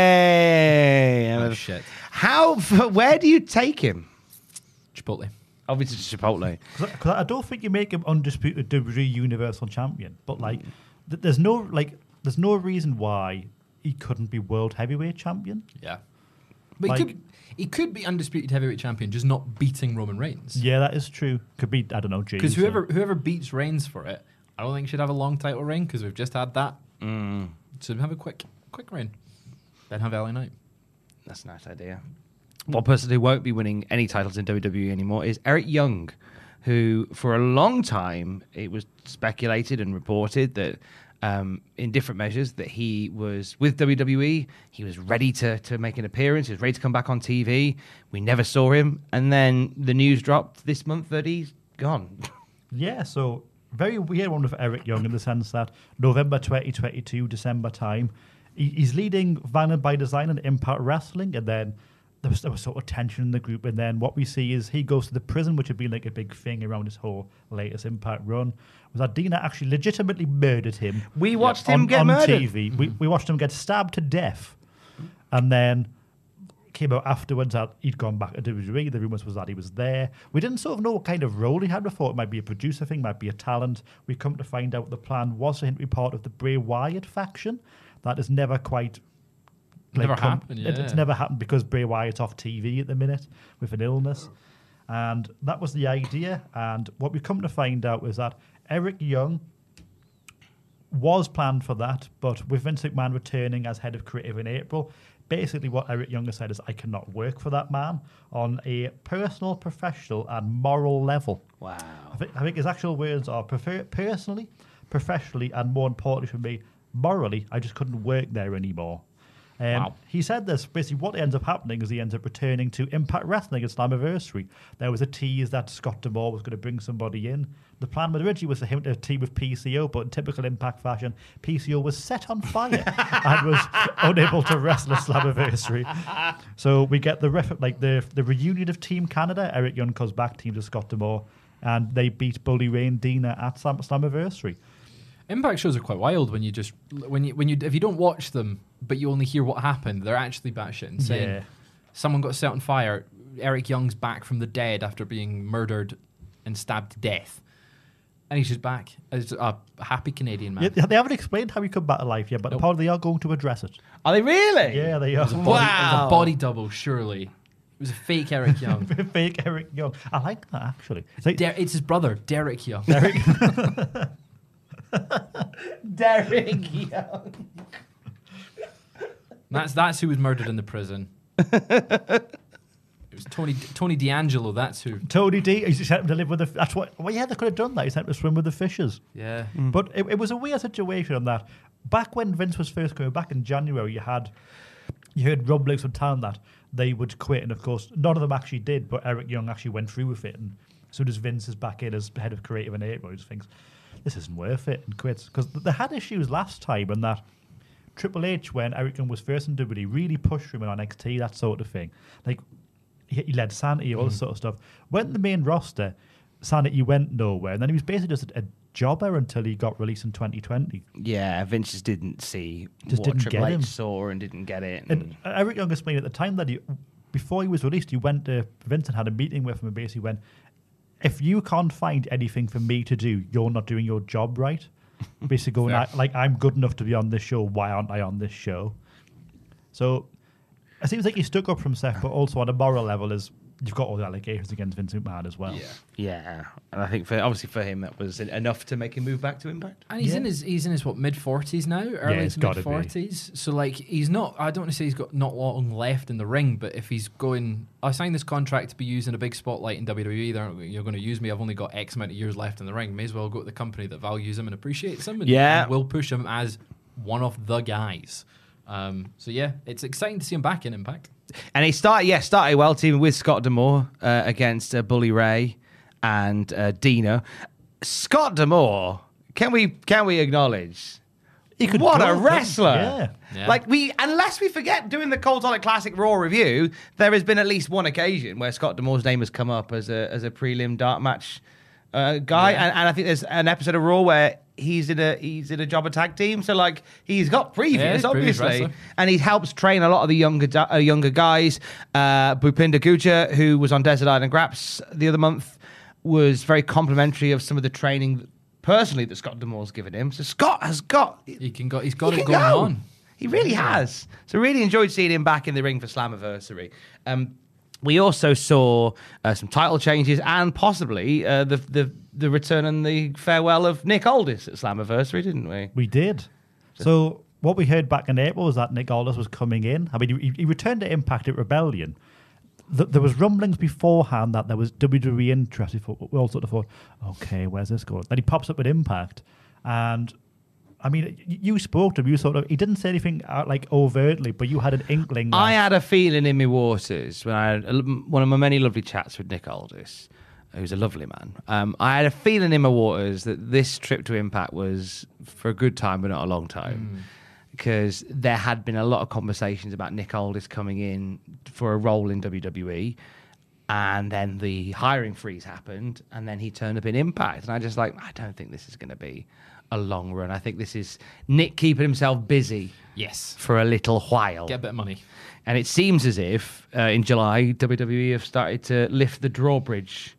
Speaker 3: Hey,
Speaker 2: Oh, shit.
Speaker 3: How? Where do you take him?
Speaker 2: Chipotle.
Speaker 3: Obviously, to Chipotle.
Speaker 4: because I don't think you make him undisputed WWE Universal Champion, but like,
Speaker 2: Hmm.
Speaker 4: th- there's no like, there's no reason why he couldn't be World Heavyweight Champion.
Speaker 2: Yeah. But
Speaker 4: Like-
Speaker 2: he, could, he could be undisputed heavyweight champion, just not beating Roman Reigns.
Speaker 4: Yeah, that is true. Could be, I don't know,
Speaker 2: Because whoever whoever beats Reigns for it, I don't think should have a long title reign because we've just had that.
Speaker 4: Mm.
Speaker 2: So have a quick quick reign, then have LA Knight.
Speaker 3: That's a nice idea. One person who won't be winning any titles in WWE anymore is Eric Young, who for a long time it was speculated and reported that um, in different measures that he was with WWE, he was ready to to make an appearance, he was ready to come back on TV. We never saw him, and then the news dropped this month that he's gone.
Speaker 4: Yeah, so very weird one with Eric Young in the sense that November 2022, December time, he, he's leading Violent by Design and Impact Wrestling, and then there was, there was sort of tension in the group. And then what we see is he goes to the prison, which had been like a big thing around his whole latest Impact run, was that Dina actually legitimately murdered him.
Speaker 3: We watched
Speaker 4: on,
Speaker 3: him get
Speaker 4: on
Speaker 3: murdered.
Speaker 4: TV. We, we watched him get stabbed to death, and then came out afterwards that he'd gone back to WWE. The rumors was that he was there. We didn't sort of know what kind of role he had before. It might be a producer thing, might be a talent. We come to find out the plan was for him to be part of the Bray Wyatt faction. That has never quite.
Speaker 2: Never happened,
Speaker 4: it- it's
Speaker 2: yeah.
Speaker 4: never happened because Bray Wyatt's off TV at the minute with an illness. And that was the idea. And what we come to find out was that Eric Young was planned for that, but with Vince McMahon returning as head of creative in April, basically what Eric Younger said is, I cannot work for that man on a personal, professional, and moral level. Wow. I think, I think his actual words are prefer- personally, professionally, and more importantly for me, morally, I just couldn't work there anymore. Um, He said this basically. What ends up happening is he ends up returning to Impact Wrestling at Slammiversary. There was a tease that Scott Demore was going to bring somebody in. The plan with originally was for him to team with PCO, but in typical Impact fashion, PCO was set on fire and was unable to wrestle at Slammiversary. So we get the ref- like the the reunion of Team Canada. Eric Young comes back, teams with Scott Demore, and they beat Bully Ray and Dina at Slam- Slammiversary.
Speaker 2: Impact shows are quite wild when you just when you when you if you don't watch them but you only hear what happened, they're actually batshit insane.
Speaker 4: Yeah.
Speaker 2: Someone got set on fire. Eric Young's back from the dead after being murdered and stabbed to death, and he's just back as a happy Canadian man.
Speaker 4: Yeah, they haven't explained how you come back to life yet, but apparently they are going to address it.
Speaker 3: Are they really?
Speaker 4: Yeah, they are.
Speaker 2: Body- it was
Speaker 3: Wow.
Speaker 2: a body double, surely. It was a fake Eric Young.
Speaker 4: fake Eric Young. I like that actually. It's like
Speaker 2: Der- it's his brother, Derek Young.
Speaker 3: Derek Young.
Speaker 2: That's that's who was murdered in the prison. it was Tony Tony D'Angelo. That's who.
Speaker 4: Tony D. He sent him to live with the. That's what. Well, yeah, they could have done that. He sent him to swim with the fishes.
Speaker 2: Yeah.
Speaker 4: But it, it was a weird situation on that. Back when Vince was first coming back in January, you had you heard rumblings from town that they would quit, and of course, none of them actually did. But Eric Young actually went through with it, and as soon as Vince is back in as head of creative in April, he just thinks this isn't worth it and quits because they had issues last time and that. Triple H, when Eric Young was first in WWE, really pushed him in NXT, that sort of thing. Like, he, he led Sanity, all this sort of stuff. Went the main roster, Sanity went nowhere, and then he was basically just a, a jobber until he got released in 2020.
Speaker 3: Yeah, Vince just didn't see
Speaker 4: Just
Speaker 3: what
Speaker 4: didn't
Speaker 3: Triple
Speaker 4: get
Speaker 3: H
Speaker 4: him.
Speaker 3: saw and didn't get it. and-
Speaker 4: And Eric Young explained at the time that he, before he was released, he went to Vince and had a meeting with him and basically went, If you can't find anything for me to do, you're not doing your job right. Basically, going
Speaker 3: Fair.
Speaker 4: "I- like, I'm good enough to be on this show. Why aren't I on this show? So it seems like he stuck up for himself, but also on a moral level, is you've got all the allegations against Vince McMahon as well.
Speaker 2: Yeah.
Speaker 3: yeah, and I think for obviously for him that was en- enough to make him move back to Impact.
Speaker 2: And he's
Speaker 4: Yeah.
Speaker 2: in his he's in his what mid forties now, early
Speaker 4: it's
Speaker 2: to
Speaker 4: gotta
Speaker 2: mid
Speaker 4: be.
Speaker 2: forties. So like he's not. I don't want to say he's got not long left in the ring, but if he's going, I signed this contract to be used in a big spotlight in WWE. They're not- you're going to use me. I've only got X amount of years left in the ring. May as well go to the company that values him and appreciates him. And,
Speaker 3: Yeah.
Speaker 2: and will push him as one of the guys. Um, so yeah, it's exciting to see him back in Impact.
Speaker 3: And he started, yeah, started well teaming with Scott Demore uh, against uh, Bully Ray and uh, Dino. Scott Demore, can we can we acknowledge?
Speaker 4: He could
Speaker 3: what
Speaker 4: go,
Speaker 3: a
Speaker 4: couldn't he?
Speaker 3: wrestler!
Speaker 4: Yeah.
Speaker 2: Yeah.
Speaker 3: Like we, unless we forget doing the Cold Tonic Classic Raw review, there has been at least one occasion where Scott Demore's name has come up as a as a prelim dark match uh, guy, and, and I think there's an episode of Raw where he's in a he's in a job attack team, so like he's got previous,
Speaker 2: Yeah, he's previous
Speaker 3: obviously,
Speaker 2: wrestler.
Speaker 3: and he helps train a lot of the younger da- uh, younger guys. Uh, Bupinda Guja, who was on Desert Island Graps the other month, was very complimentary of some of the training personally that Scott Demore's given him. So Scott has got
Speaker 2: He can go. He's got
Speaker 3: he
Speaker 2: it
Speaker 3: can
Speaker 2: going
Speaker 3: go.
Speaker 2: on.
Speaker 3: He really has. So really enjoyed seeing him back in the ring for Slammiversary. Um, we also saw uh, some title changes and possibly uh, the, the the return and the farewell of Nick Aldis at Slammiversary, didn't we?
Speaker 4: We did. So what we heard back in April was that Nick Aldis was coming in. I mean, he, he returned to Impact at Rebellion. Th- there was rumblings beforehand that there was WWE interest. We thought- we all sort of thought, okay, where's this going? Then he pops up at Impact, and I mean, y- you spoke to him. You sort of he didn't say anything out, like overtly, but you had an inkling. that-
Speaker 3: I had a feeling in my waters when I had a l- one of my many lovely chats with Nick Aldis, who's a lovely man. Um, I had a feeling in my waters that this trip to Impact was for a good time, but not a long time. Because there had been a lot of conversations about Nick Aldis coming in for a role in WWE, E, And then the hiring freeze happened, and then he turned up in Impact. And I just like, I don't think this is going to be a long run. I think this is Nick keeping himself busy
Speaker 2: Yes.
Speaker 3: for a little while.
Speaker 2: Get a bit of money.
Speaker 3: And it seems as if uh, in July, WWE have started to lift the drawbridge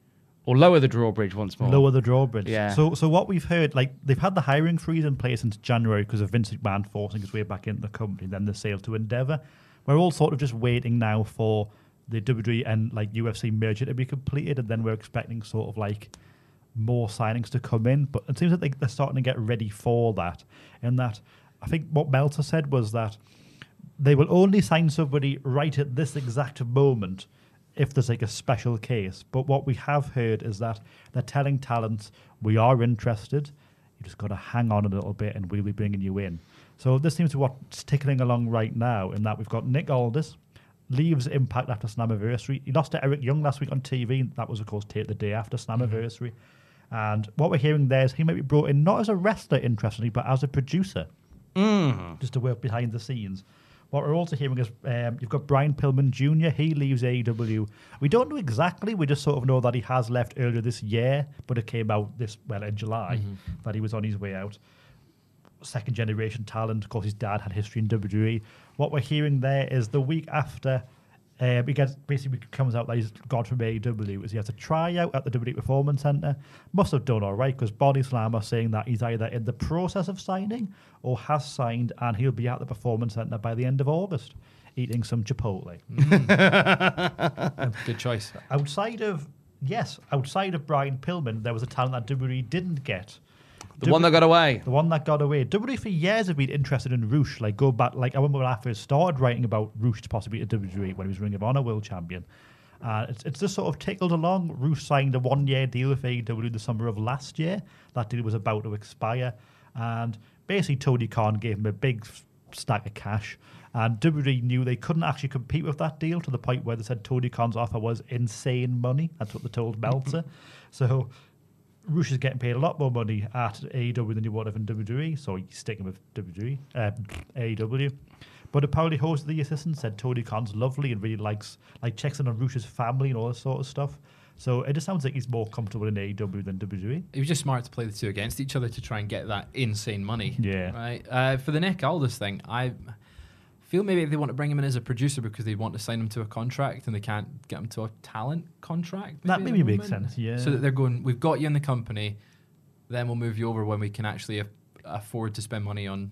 Speaker 3: or lower the drawbridge once more.
Speaker 4: Lower the drawbridge.
Speaker 3: Yeah.
Speaker 4: So, so what we've heard, like they've had the hiring freeze in place since January because of Vince McMahon forcing his way back into the company, then the sale to Endeavour. We're all sort of just waiting now for the WWE and like UFC merger to be completed, and then we're expecting sort of like more signings to come in. But it seems that they, they're starting to get ready for that. And that I think what Meltzer said was that they will only sign somebody right at this exact moment if there's like a special case. But what we have heard is that they're telling talents we are interested. You just got to hang on a little bit, and we'll be bringing you in. So this seems to what's tickling along right now. In that we've got Nick Aldis leaves Impact after Slammiversary. He lost to Eric Young last week on TV. That was of course taped the day after Slammiversary. And what we're hearing there is he might be brought in not as a wrestler, interestingly, but as a producer just to work behind the scenes. What we're also hearing is um, you've got Brian Pillman Jr. He leaves AEW. We don't know exactly. We just sort of know that he has left earlier this year, but it came out this well in July that he was on his way out. Second generation talent. Of course, his dad had history in WWE. What we're hearing there is the week after. Um, he gets, basically comes out that he's gone from AEW is he has a tryout at the WWE Performance Center. Must have done all right because Body Slam are saying that he's either in the process of signing or has signed and he'll be at the Performance Center by the end of August eating some Chipotle.
Speaker 2: Good choice.
Speaker 4: Outside of, yes, outside of Brian Pillman, there was a talent that WWE didn't get.
Speaker 3: the one that got away.
Speaker 4: The one that got away. WWE for years have been interested in Roosh. Like go back, like I remember when I first started writing about Roosh to possibly at WWE E when he was Ring of Honor World Champion. Uh, it's, it's just sort of tickled along. Roosh signed a one-year deal with AEW the summer of last year. That deal was about to expire, and basically Tony Khan gave him a big s- stack of cash. And WWE knew they couldn't actually compete with that deal to the point where they said Tony Khan's offer was insane money. That's what they told Meltzer. so Rush is getting paid a lot more money at AEW than he would have in WWE, so he's sticking with WWE, uh, AEW. But apparently, host of the assistant said Tony Khan's lovely and really likes, like, checks in on Rush's family and all this sort of stuff. So it just sounds like he's more comfortable in AEW than E. WWE.
Speaker 2: It was just smart to play the two against each other to try and get that insane money.
Speaker 4: Yeah.
Speaker 2: Right. Uh, for the Nick Aldis thing, I feel maybe they want to bring him in as a producer because they want to sign him to a contract and they can't get him to a talent contract.
Speaker 4: That
Speaker 2: at
Speaker 4: maybe
Speaker 2: the
Speaker 4: makes
Speaker 2: moment.
Speaker 4: sense, yeah.
Speaker 2: So that they're going, we've got you in the company, then we'll move you over when we can actually a- afford to spend money on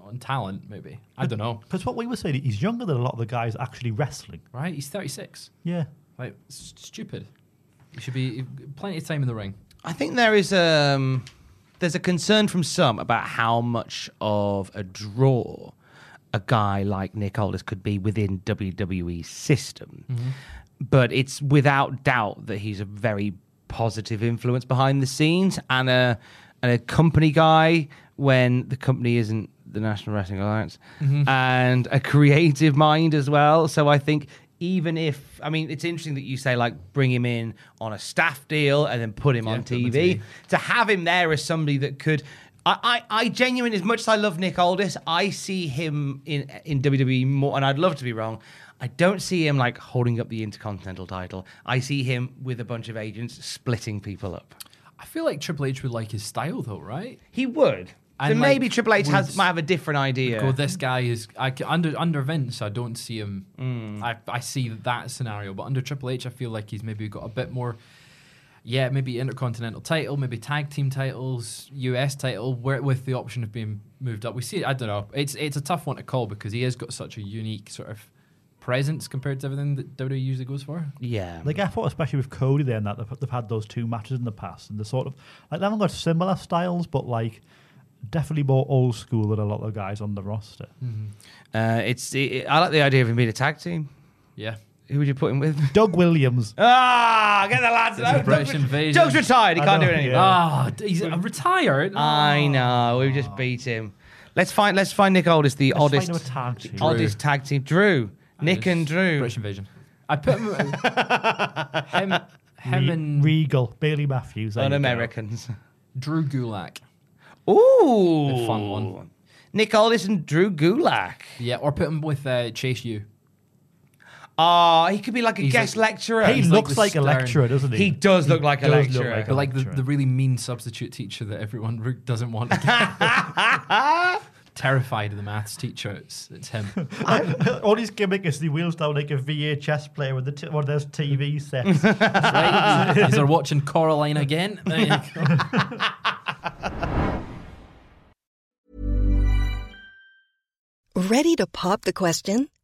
Speaker 2: on talent. Maybe I don't know.
Speaker 4: Because what we were saying, he's younger than a lot of the guys actually wrestling.
Speaker 2: Right? He's thirty six.
Speaker 4: Yeah.
Speaker 2: Like s- stupid. He should be plenty of time in the ring.
Speaker 3: I think there is um there's a concern from some about how much of a draw a guy like Nick Aldis could be within WWE's system. But it's without doubt that he's a very positive influence behind the scenes and a and a company guy when the company isn't the National Wrestling Alliance and a creative mind as well. So I think even if I mean it's interesting that you say like bring him in on a staff deal and then put him
Speaker 2: Yeah,
Speaker 3: on
Speaker 2: put him on
Speaker 3: TV.
Speaker 2: TV.
Speaker 3: To have him there as somebody that could I, I, I genuinely, as much as I love Nick Aldis, I see him in in WWE more, and I'd love to be wrong. I don't see him like holding up the Intercontinental title. I see him with a bunch of agents splitting people up.
Speaker 2: I feel like Triple H would like his style though, right?
Speaker 3: He would.
Speaker 2: And,
Speaker 3: so maybe
Speaker 2: like,
Speaker 3: Triple H has
Speaker 2: would-
Speaker 3: might have a different idea.
Speaker 2: go this guy is I c under under Vince I don't see him I, I see that scenario but under Triple H I feel like he's maybe got a bit more yeah maybe intercontinental title maybe tag team titles US title where, with the option of being moved up we see it I don't know it's it's a tough one to call because he has got such a unique sort of presence compared to everything that WWE usually goes for
Speaker 3: yeah.
Speaker 4: Like I thought, especially with Cody, then that they've, they've had those two matches in the past, and they're sort of like they haven't got similar styles, but like definitely more old school than a lot of the guys on the roster.
Speaker 3: uh, it's. It, I like the idea of him being a tag team.
Speaker 2: yeah
Speaker 3: Who would you put him with?
Speaker 4: Doug Williams,
Speaker 3: Ah, get the lads
Speaker 2: It's a
Speaker 3: out.
Speaker 2: British
Speaker 3: Doug's-
Speaker 2: invasion.
Speaker 3: Doug's retired. He
Speaker 4: I
Speaker 3: can't do
Speaker 4: know,
Speaker 3: it anymore.
Speaker 4: yeah.
Speaker 2: ah d- he's uh, retired
Speaker 4: Oh.
Speaker 3: I know. We've just beat him. Let's find. Let's find Nick Aldis, the
Speaker 4: Let's
Speaker 3: oddest,
Speaker 4: find him a tag team.
Speaker 3: oddest tag team. Drew, Nick, and Drew.
Speaker 2: British Invasion I put him him, Ah, him and
Speaker 4: Regal, Bailey
Speaker 3: Oh,
Speaker 4: Matthews, there you go.
Speaker 3: Un-Americans.
Speaker 2: Drew Gulak
Speaker 3: Ooh,
Speaker 2: The fun one.
Speaker 3: Nick Aldis and Drew Gulak.
Speaker 2: Yeah, or put him with uh, Chase U.
Speaker 3: Ah, he could be like a
Speaker 2: He's
Speaker 3: guest
Speaker 2: like-
Speaker 3: lecturer.
Speaker 4: He
Speaker 2: He's like
Speaker 4: looks
Speaker 2: the
Speaker 4: like, a
Speaker 2: stern.
Speaker 4: lecturer, doesn't he?
Speaker 3: He does look like a
Speaker 4: does look
Speaker 3: lecturer.
Speaker 4: like
Speaker 2: But like the,
Speaker 4: Lecturer.
Speaker 2: the really mean substitute teacher that everyone re- doesn't want. to get. Terrified of the maths teacher, it's, it's him.
Speaker 4: All his gimmick is he wheels down like a VHS player with the t- one of those TV sets. That's
Speaker 2: Is there watching Coraline again? There you go.
Speaker 5: Ready to pop the question?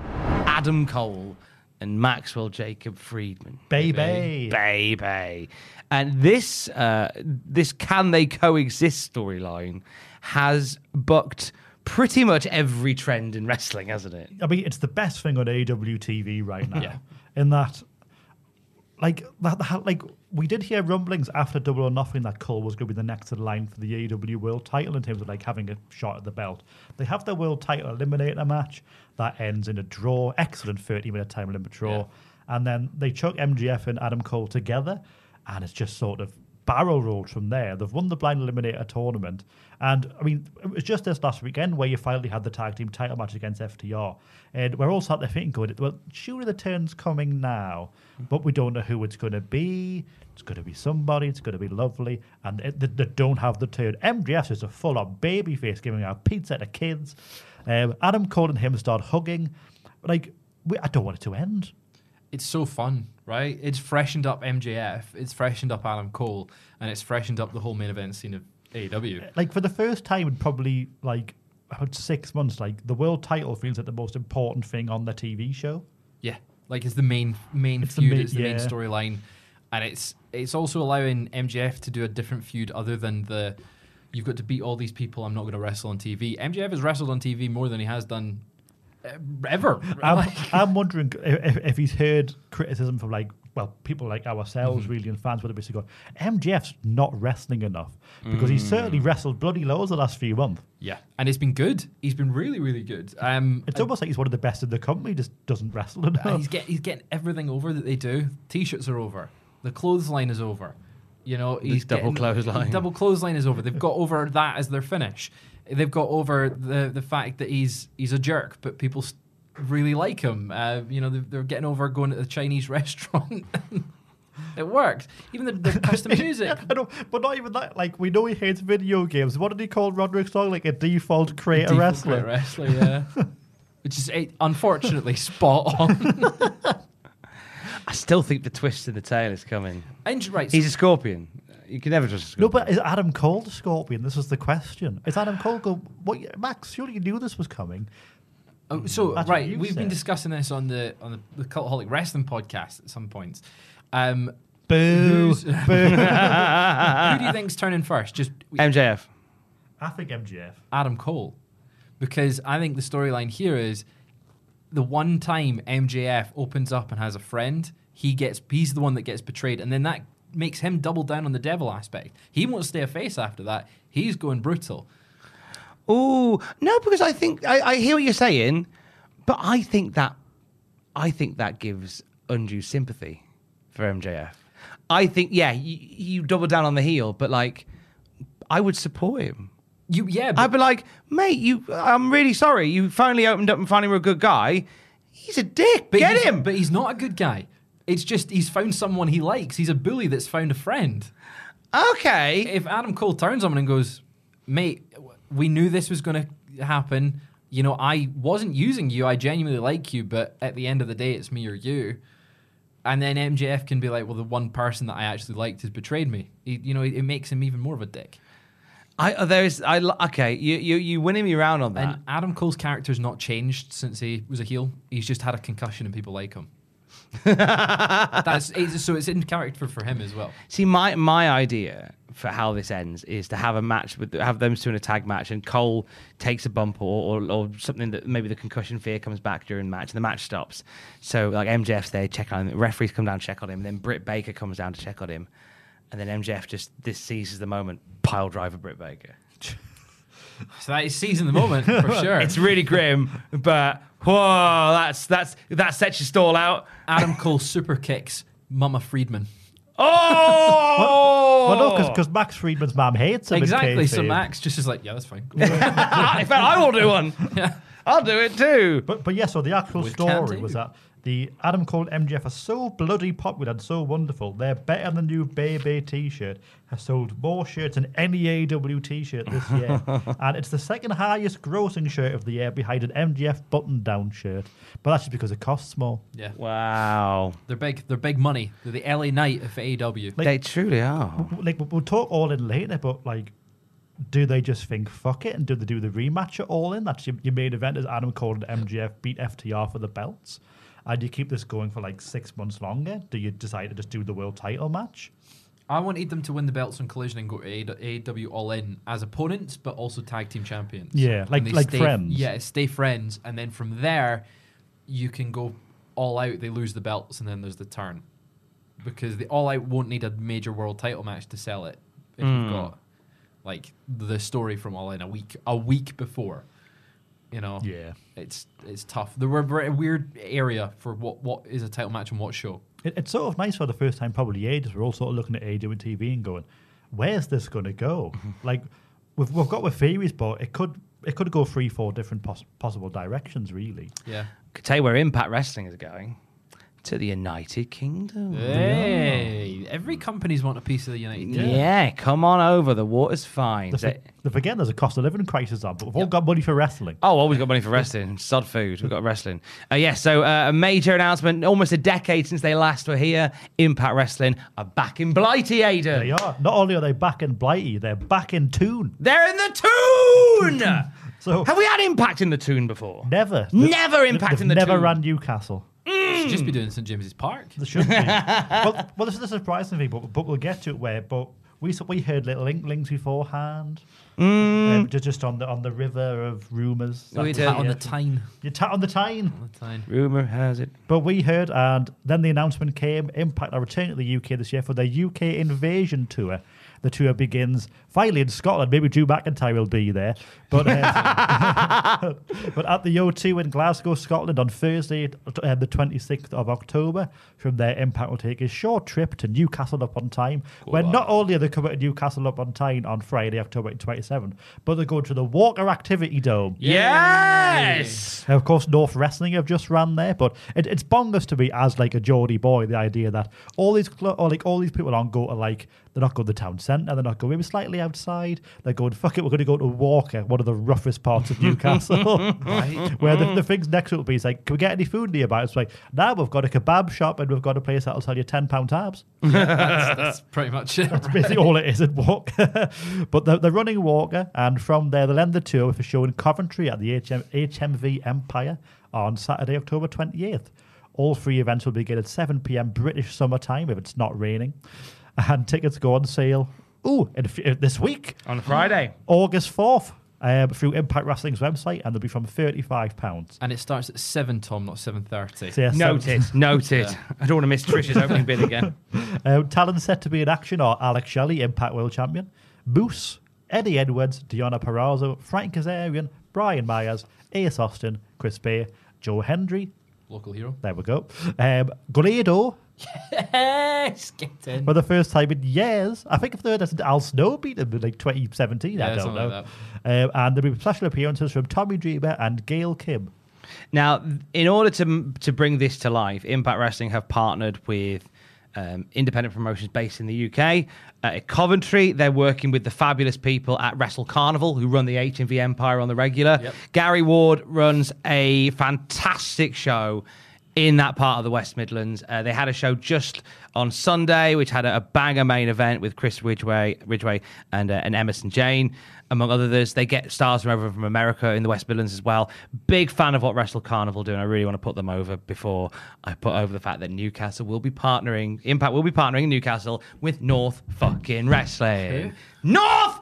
Speaker 3: Adam Cole and Maxwell Jacob Friedman.
Speaker 4: Baby.
Speaker 3: Baby. And this uh, this can they coexist storyline has bucked pretty much every trend in wrestling, hasn't it?
Speaker 4: I mean, it's the best thing on AEW TV right now.
Speaker 3: Yeah.
Speaker 4: In that, like that, that- like we did hear rumblings after Double or Nothing that Cole was going to be the next in line for the AEW World Title in terms of like having a shot at the belt. They have their World Title Eliminator match that ends in a draw, excellent thirty-minute time limit draw, and then they chuck MGF and Adam Cole together, and it's just sort of barrel rolled from there. They've won the Blind Eliminator tournament. And I mean, it was just this last weekend where you finally had the tag team title match against FTR. And we're all sat there thinking, going, well, surely the turn's coming now, but we don't know who it's going to be. It's going to be somebody. It's going to be lovely. And it, they, they don't have the turn. MDS is a full on baby face giving out pizza to kids. Um, Adam Cole and him start hugging. Like, we, I don't want it to end.
Speaker 2: it's so fun, right? It's freshened up MJF, it's freshened up Adam Cole, and it's freshened up the whole main event scene of E AEW.
Speaker 4: like for the first time in probably like about six months, like the world title feels like the most important thing on the TV show.
Speaker 2: Yeah, like it's the main main
Speaker 4: It's the
Speaker 2: feud,
Speaker 4: main-
Speaker 2: it's the main
Speaker 4: yeah.
Speaker 2: storyline, and it's it's also allowing MJF to do a different feud other than the you've got to beat all these people. I'm not going to wrestle on TV. MJF has wrestled on TV more than he has done uh, ever.
Speaker 4: I'm,
Speaker 2: Like-
Speaker 4: I'm wondering if, if he's heard criticism from like well people like ourselves really and fans would have basically gone MJF's not wrestling enough because he certainly wrestled bloody loads the last few months.
Speaker 2: yeah, and it's been good. He's been really really good. Um,
Speaker 4: It's almost like he's one of the best in the company, just doesn't wrestle
Speaker 2: And
Speaker 3: Oh.
Speaker 4: enough.
Speaker 2: he's get he's getting everything over that they do. T-shirts are over. The clothesline is over. You know, he's
Speaker 3: double
Speaker 2: getting-
Speaker 3: clothesline.
Speaker 2: the Double clothesline is over. They've got over that as their finish. They've got over the the fact that he's he's a jerk, but people s- really like him. Uh, you know, they're, they're getting over going to the Chinese restaurant. it worked. Even the, the custom music.
Speaker 4: I know, but not even that. Like we know he hates video games. What did he call Roderick Strong? Like a default creator
Speaker 2: Default
Speaker 4: wrestler.
Speaker 2: great wrestler, yeah. Which is eh, unfortunately spot on.
Speaker 3: I still think the twist in the tail is coming.
Speaker 2: And right, so-
Speaker 3: He's a scorpion. You can never trust a
Speaker 4: No,
Speaker 3: scorpion.
Speaker 4: but is Adam Cole the Scorpion? This is the question. Is Adam Cole go? What, Max? Surely you knew this was coming.
Speaker 2: Oh, so
Speaker 4: Mm, That's what
Speaker 2: right,
Speaker 4: you
Speaker 2: we've
Speaker 4: said.
Speaker 2: been discussing this on the on the, the Cultaholic Wrestling podcast at some points. Um,
Speaker 4: Boo!
Speaker 2: who's-
Speaker 4: Boo!
Speaker 2: who do you think's turning first? Just
Speaker 3: MJF.
Speaker 4: I think MGF.
Speaker 2: Adam Cole, because I think the storyline here is the one time MJF opens up and has a friend, he gets he's the one that gets betrayed, and then that makes him double down on the devil aspect. He won't stay a face after that. He's going brutal.
Speaker 3: Oh no, because I think I, I hear what you're saying, But I think that I think that gives undue sympathy for MJF. I think yeah, you, you double down on the heel, but like I would support him.
Speaker 2: You yeah, but
Speaker 3: I'd be like, mate, you. I'm really sorry. You finally opened up and finally were a good guy. He's a dick.
Speaker 2: but
Speaker 3: Get
Speaker 2: he's-
Speaker 3: him.
Speaker 2: But he's not a good guy. It's just he's found someone he likes. He's a bully that's found a friend.
Speaker 3: okay.
Speaker 2: if Adam Cole turns on him and goes, mate, we knew this was going to happen. You know, I wasn't using you. I genuinely like you, but at the end of the day, it's me or you. And then MJF can be like, well, the one person that I actually liked has betrayed me. He- you know, it, it makes him even more of a dick.
Speaker 3: I uh, there is. I li- okay. You you you winning me round on that.
Speaker 2: And Adam Cole's character's not changed since he was a heel. He's just had a concussion and people like him. That's it's- so it's in character for him as well.
Speaker 3: See, my my idea for how this ends is to have a match with have them two in a tag match, and Cole takes a bump or or, or something that maybe the concussion fear comes back during the match, and the match stops. So like MJF's there, check on him. Referees come down, to check on him. Then Britt Baker comes down to check on him, and then MJF just this seizes the moment, pile driver Britt Baker.
Speaker 2: So that is seizing the moment for sure.
Speaker 3: It's really grim, but whoa, that's that's that sets your stall out.
Speaker 2: Adam Cole super kicks Mama Friedman.
Speaker 3: Oh,
Speaker 4: Well, no, because Max Friedman's mum hates him. in
Speaker 2: Exactly. So
Speaker 4: kayfabe.
Speaker 2: Max just is like, yeah, that's fine.
Speaker 3: Ah, in fact, I will do one. I'll do it too.
Speaker 4: But but yeah, so the actual
Speaker 2: With
Speaker 4: story
Speaker 2: Cantu.
Speaker 4: was that the Adam Cole and MJF are so bloody popular and so wonderful. Their better than new baby T-shirt has sold more shirts than any AW T-shirt this year, and it's the second highest grossing shirt of the year behind an MJF button-down shirt. But that's just because it costs more.
Speaker 2: Yeah.
Speaker 3: Wow.
Speaker 2: They're big. They're big money. They're the LA Knight of E AEW.
Speaker 3: they truly are.
Speaker 4: Like we'll talk all in later, but like. Do they just think fuck it and do they do the rematch at all in? That's your, your main event is Adam Cole and MJF beat FTR for the belts. And you keep this going for like six months longer? Do you decide to just do the world title match?
Speaker 2: I wanted them to win the belts on Collision and go to AEW All In as opponents, but also tag team champions.
Speaker 4: Yeah,
Speaker 2: And
Speaker 4: like-
Speaker 2: they
Speaker 4: like
Speaker 2: stay-
Speaker 4: friends.
Speaker 2: Yeah, stay friends, and then from there, you can go all out. They lose the belts, and then there's the turn, because the all out won't need a major world title match to sell it if
Speaker 4: Hmm.
Speaker 2: you've got like the story from All In a week a week before. You know.
Speaker 4: Yeah.
Speaker 2: It's it's tough. There were a very weird area for what what is a title match and what show.
Speaker 4: It, it's sort of nice for the first time, probably ages. We're all sort of looking at AEW and TV and going, "Where's this going to go?" like we've, we've got with theories, but it could it could go three, four different poss- possible directions, really.
Speaker 2: Yeah.
Speaker 3: Could tell you where Impact Wrestling is going to the United Kingdom.
Speaker 2: Hey, every company's want a piece of the United
Speaker 3: Yeah,
Speaker 2: Kingdom.
Speaker 3: come on over. The water's fine.
Speaker 4: They,
Speaker 3: Is it-
Speaker 4: for- they forget there's a cost of living crisis on, but we've all got money for wrestling.
Speaker 3: Oh, always got money for wrestling. Sod food. We've got wrestling. Uh, yeah, so uh, a major announcement. Almost a decade since they last were here. Impact Wrestling are back in Blighty, Aiden.
Speaker 4: They are not only are they back in Blighty, they're back in tune.
Speaker 3: They're in the tune.
Speaker 4: So-
Speaker 3: have we had Impact in the tune before?
Speaker 4: Never,
Speaker 3: Never
Speaker 4: They've-
Speaker 3: Impact
Speaker 4: they've
Speaker 3: in the
Speaker 4: never
Speaker 3: tune.
Speaker 4: ran Newcastle.
Speaker 2: Should just be doing St James's Park.
Speaker 4: There should be. well, well, this is the surprising thing, but, but we'll get to it where. But we s- we heard little inklings beforehand,
Speaker 3: Mm.
Speaker 4: um, ju- just on the on the river of rumors.
Speaker 3: We
Speaker 4: That-
Speaker 3: did.
Speaker 2: Pat on the Tyne.
Speaker 4: You tap on the time.
Speaker 2: On the Tyne.
Speaker 3: Rumor has it.
Speaker 4: But we heard, and then the announcement came Impact are returning to the UK this year for their UK Invasion Tour. The tour begins finally in Scotland. Maybe Drew McIntyre will be there. But uh, but at the O2 in Glasgow, Scotland on Thursday, uh, the 26th of October. From there, Impact will take a short trip to Newcastle upon Tyne, where not only are they coming to Newcastle upon Tyne on Friday, October 27th, but they're going to the Walker Activity Dome.
Speaker 3: Yes.
Speaker 4: Now, Of course, North Wrestling have just ran there, but it, it's bonkers to me as like a Geordie boy the idea that all these cl- or like all these people aren't go to like they're not going to the town centre, they're not going maybe slightly outside. They're going fuck it, we're going to go to Walker, one of the roughest parts of Newcastle, where the, the things next to it will be is like, can we get any food nearby? It's like now we've got a kebab shop and we've got a place that'll sell you ten pound tabs.
Speaker 2: That's pretty much it.
Speaker 4: That's basically all it is at Walker. but they're, they're running Walker, and from there they'll end the tour with a show in Coventry at the HM, HMV Empire on Saturday, October 28th. All three events will begin at 7 p.m. British summer time if it's not raining. And tickets go on sale, ooh, in, a few- this week,
Speaker 3: On Friday.
Speaker 4: August 4th, um, through Impact Wrestling's website, and they'll be from £35.
Speaker 2: And it starts at seven, Tom, not seven thirty.
Speaker 4: So, yeah, seven-
Speaker 3: Noted. Noted. I don't want to miss Trish's opening bid again.
Speaker 4: Um, talent set to be in action are Alex Shelley, Impact World Champion, Moose, Eddie Edwards, Deanna Perrazzo, Frank Kazarian, Brian Myers, Ace Austin, Chris Bay, Joe Hendry.
Speaker 2: Local hero.
Speaker 4: There we go. Um, Grado
Speaker 2: Yes, get in.
Speaker 4: for the first time in years. I think if they had Al Snow beat him in like 2017,
Speaker 2: Yeah,
Speaker 4: I don't
Speaker 2: something
Speaker 4: know.
Speaker 2: like
Speaker 4: um, and there'll be special appearances from Tommy Dreamer and Gail Kim.
Speaker 3: Now, th- in order to to bring this to life, Impact Wrestling have partnered with um, independent promotions based in the UK. Uh, at Coventry, they're working with the fabulous people at Wrestle Carnival, who run the HMV Empire on the regular.
Speaker 2: Yep.
Speaker 3: Gary Ward runs a fantastic show in that part of the West Midlands. Uh, they had a show just on Sunday, which had a, a banger main event with Chris Ridgway, Ridgway and, uh, and Emerson Jane, among others. They get stars from over from America in the West Midlands as well. Big fan of what Wrestle Carnival do, and I really want to put them over before I put over the fact that Newcastle will be partnering, Impact will be partnering Newcastle with North fucking Wrestling. North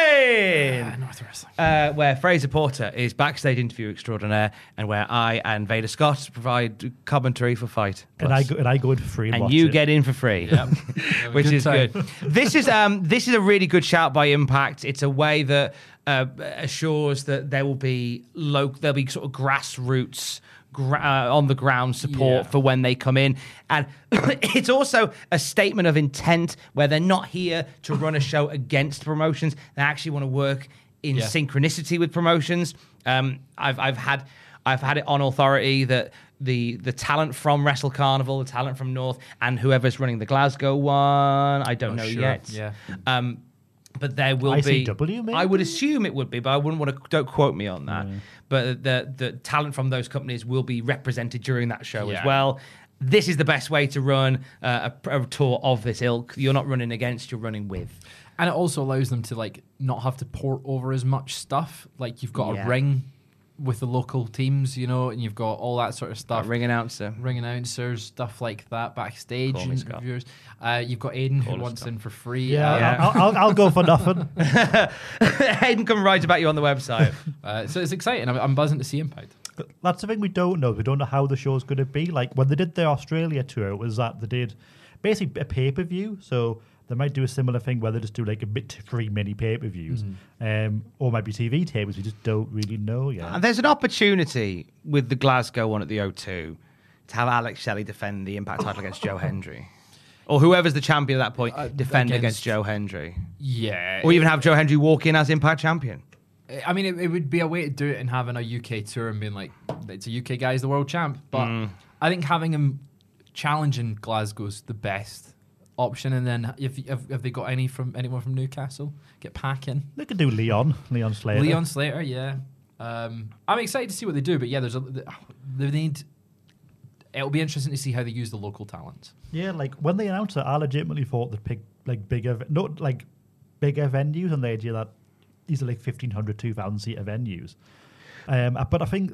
Speaker 3: Wrestling!
Speaker 2: North Wrestling.
Speaker 3: uh, where Fraser Porter is backstage interview extraordinaire, and where I and Vader Scott provide commentary for Fight.
Speaker 4: And I,
Speaker 3: Plus.
Speaker 4: go, and I go in free and,
Speaker 3: And
Speaker 4: watch
Speaker 3: you
Speaker 4: it.
Speaker 3: get in for free, which
Speaker 2: good
Speaker 3: is
Speaker 2: time.
Speaker 3: good. This is um, this is a really good shout by Impact. It's a way that uh, assures that there will be local, there'll be sort of grassroots. Gra- uh, on the ground support
Speaker 2: Yeah.
Speaker 3: for when they come in, and it's also a statement of intent where they're not here to run a show against promotions. They actually want to work in
Speaker 2: Yeah.
Speaker 3: synchronicity with promotions. Um, I've I've had I've had it on authority that the the talent from Wrestle Carnival, the talent from North, and whoever's running the Glasgow one, I don't
Speaker 2: Not
Speaker 3: know
Speaker 2: Oh, sure,
Speaker 3: yet.
Speaker 2: yeah.
Speaker 3: Um, but there will be.
Speaker 4: ICW maybe?
Speaker 3: I would assume it would be, but I wouldn't want to. Don't quote me on that. But the the talent from those companies will be represented during that show as
Speaker 2: Yeah.
Speaker 3: well. This is the best way to run uh, a, a tour of this ilk. You're not running against, you're running with.
Speaker 2: And it also allows them to like not have to port over as much stuff. Like you've got
Speaker 3: Yeah.
Speaker 2: a ring with the local teams, you know, and you've got all that sort of stuff.
Speaker 3: Ring announcer.
Speaker 2: ring announcers, stuff like that backstage
Speaker 3: Call me
Speaker 2: and
Speaker 3: Scott.
Speaker 2: reviewers. Uh, you've got Aiden who wants in for free.
Speaker 4: Yeah,
Speaker 2: Uh,
Speaker 3: Yeah.
Speaker 4: I'll, I'll, I'll go for nothing.
Speaker 3: Hayden can write about you on the website.
Speaker 2: uh, so it's exciting. I'm, I'm buzzing to see Impact.
Speaker 4: That's the thing we don't know. We don't know how the show's going to be. Like when they did their Australia tour, it was that they did basically a pay per view. So they might do a similar thing where they just do like a bit free mini pay per views, um, or might be TV tables. We just don't really know yet.
Speaker 3: And there's an opportunity with the Glasgow one at the O2 to have Alex Shelley defend the Impact title against Joe Hendry. Or whoever's the champion at that point, defend Uh, against, Eh.
Speaker 2: against-
Speaker 3: Joe Hendry.
Speaker 2: Yeah.
Speaker 3: Or even have Joe Hendry walk in as Impact champion.
Speaker 2: I mean, it, it would be a way to do it and having a UK tour and being like, it's a UK guy, he's the world champ. But I think having him challenging Glasgow's the best option. And then if, if have they got any from anyone from Newcastle? Get Pack in.
Speaker 4: they could do Leon, Leon Slater.
Speaker 2: Leon Slater, yeah. Um, I'm excited to see what they do, but yeah, there's a they need. It'll be interesting to see how they use the local talent.
Speaker 4: Yeah, like when they announced it, I legitimately thought they'd pick like bigger, ve- not like bigger venues, and the idea that these are like 1,500, 2,000 seater venues. Um, I- but I think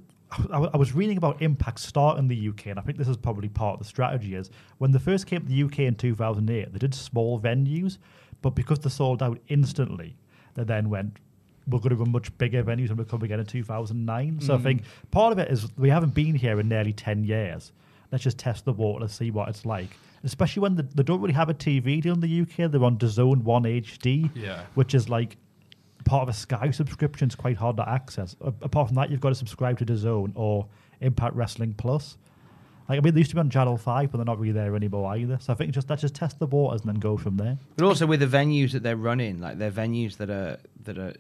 Speaker 4: I, wa- I was reading about Impact start in the UK, and I think this is probably part of the strategy. Is when they first came to the UK in 2008, they did small venues, but because they sold out instantly, they then went. We're going to run much bigger venues and we'll come again in 2009. So I think part of it is we haven't been here in nearly 10 years. Let's just test the water and see what it's like. Especially when the, they don't really have a TV deal in the UK. They're on DAZN 1 HD,
Speaker 2: Yeah.
Speaker 4: which is like part of a Sky subscription is quite hard to access. A- apart from that, you've got to subscribe to DAZN or Impact Wrestling Plus. Like I mean, they used to be on Channel Five, but they're not really there anymore either. So I think just let's just test the waters and then go from there.
Speaker 3: But also with the venues that they're running, like their venues that are that are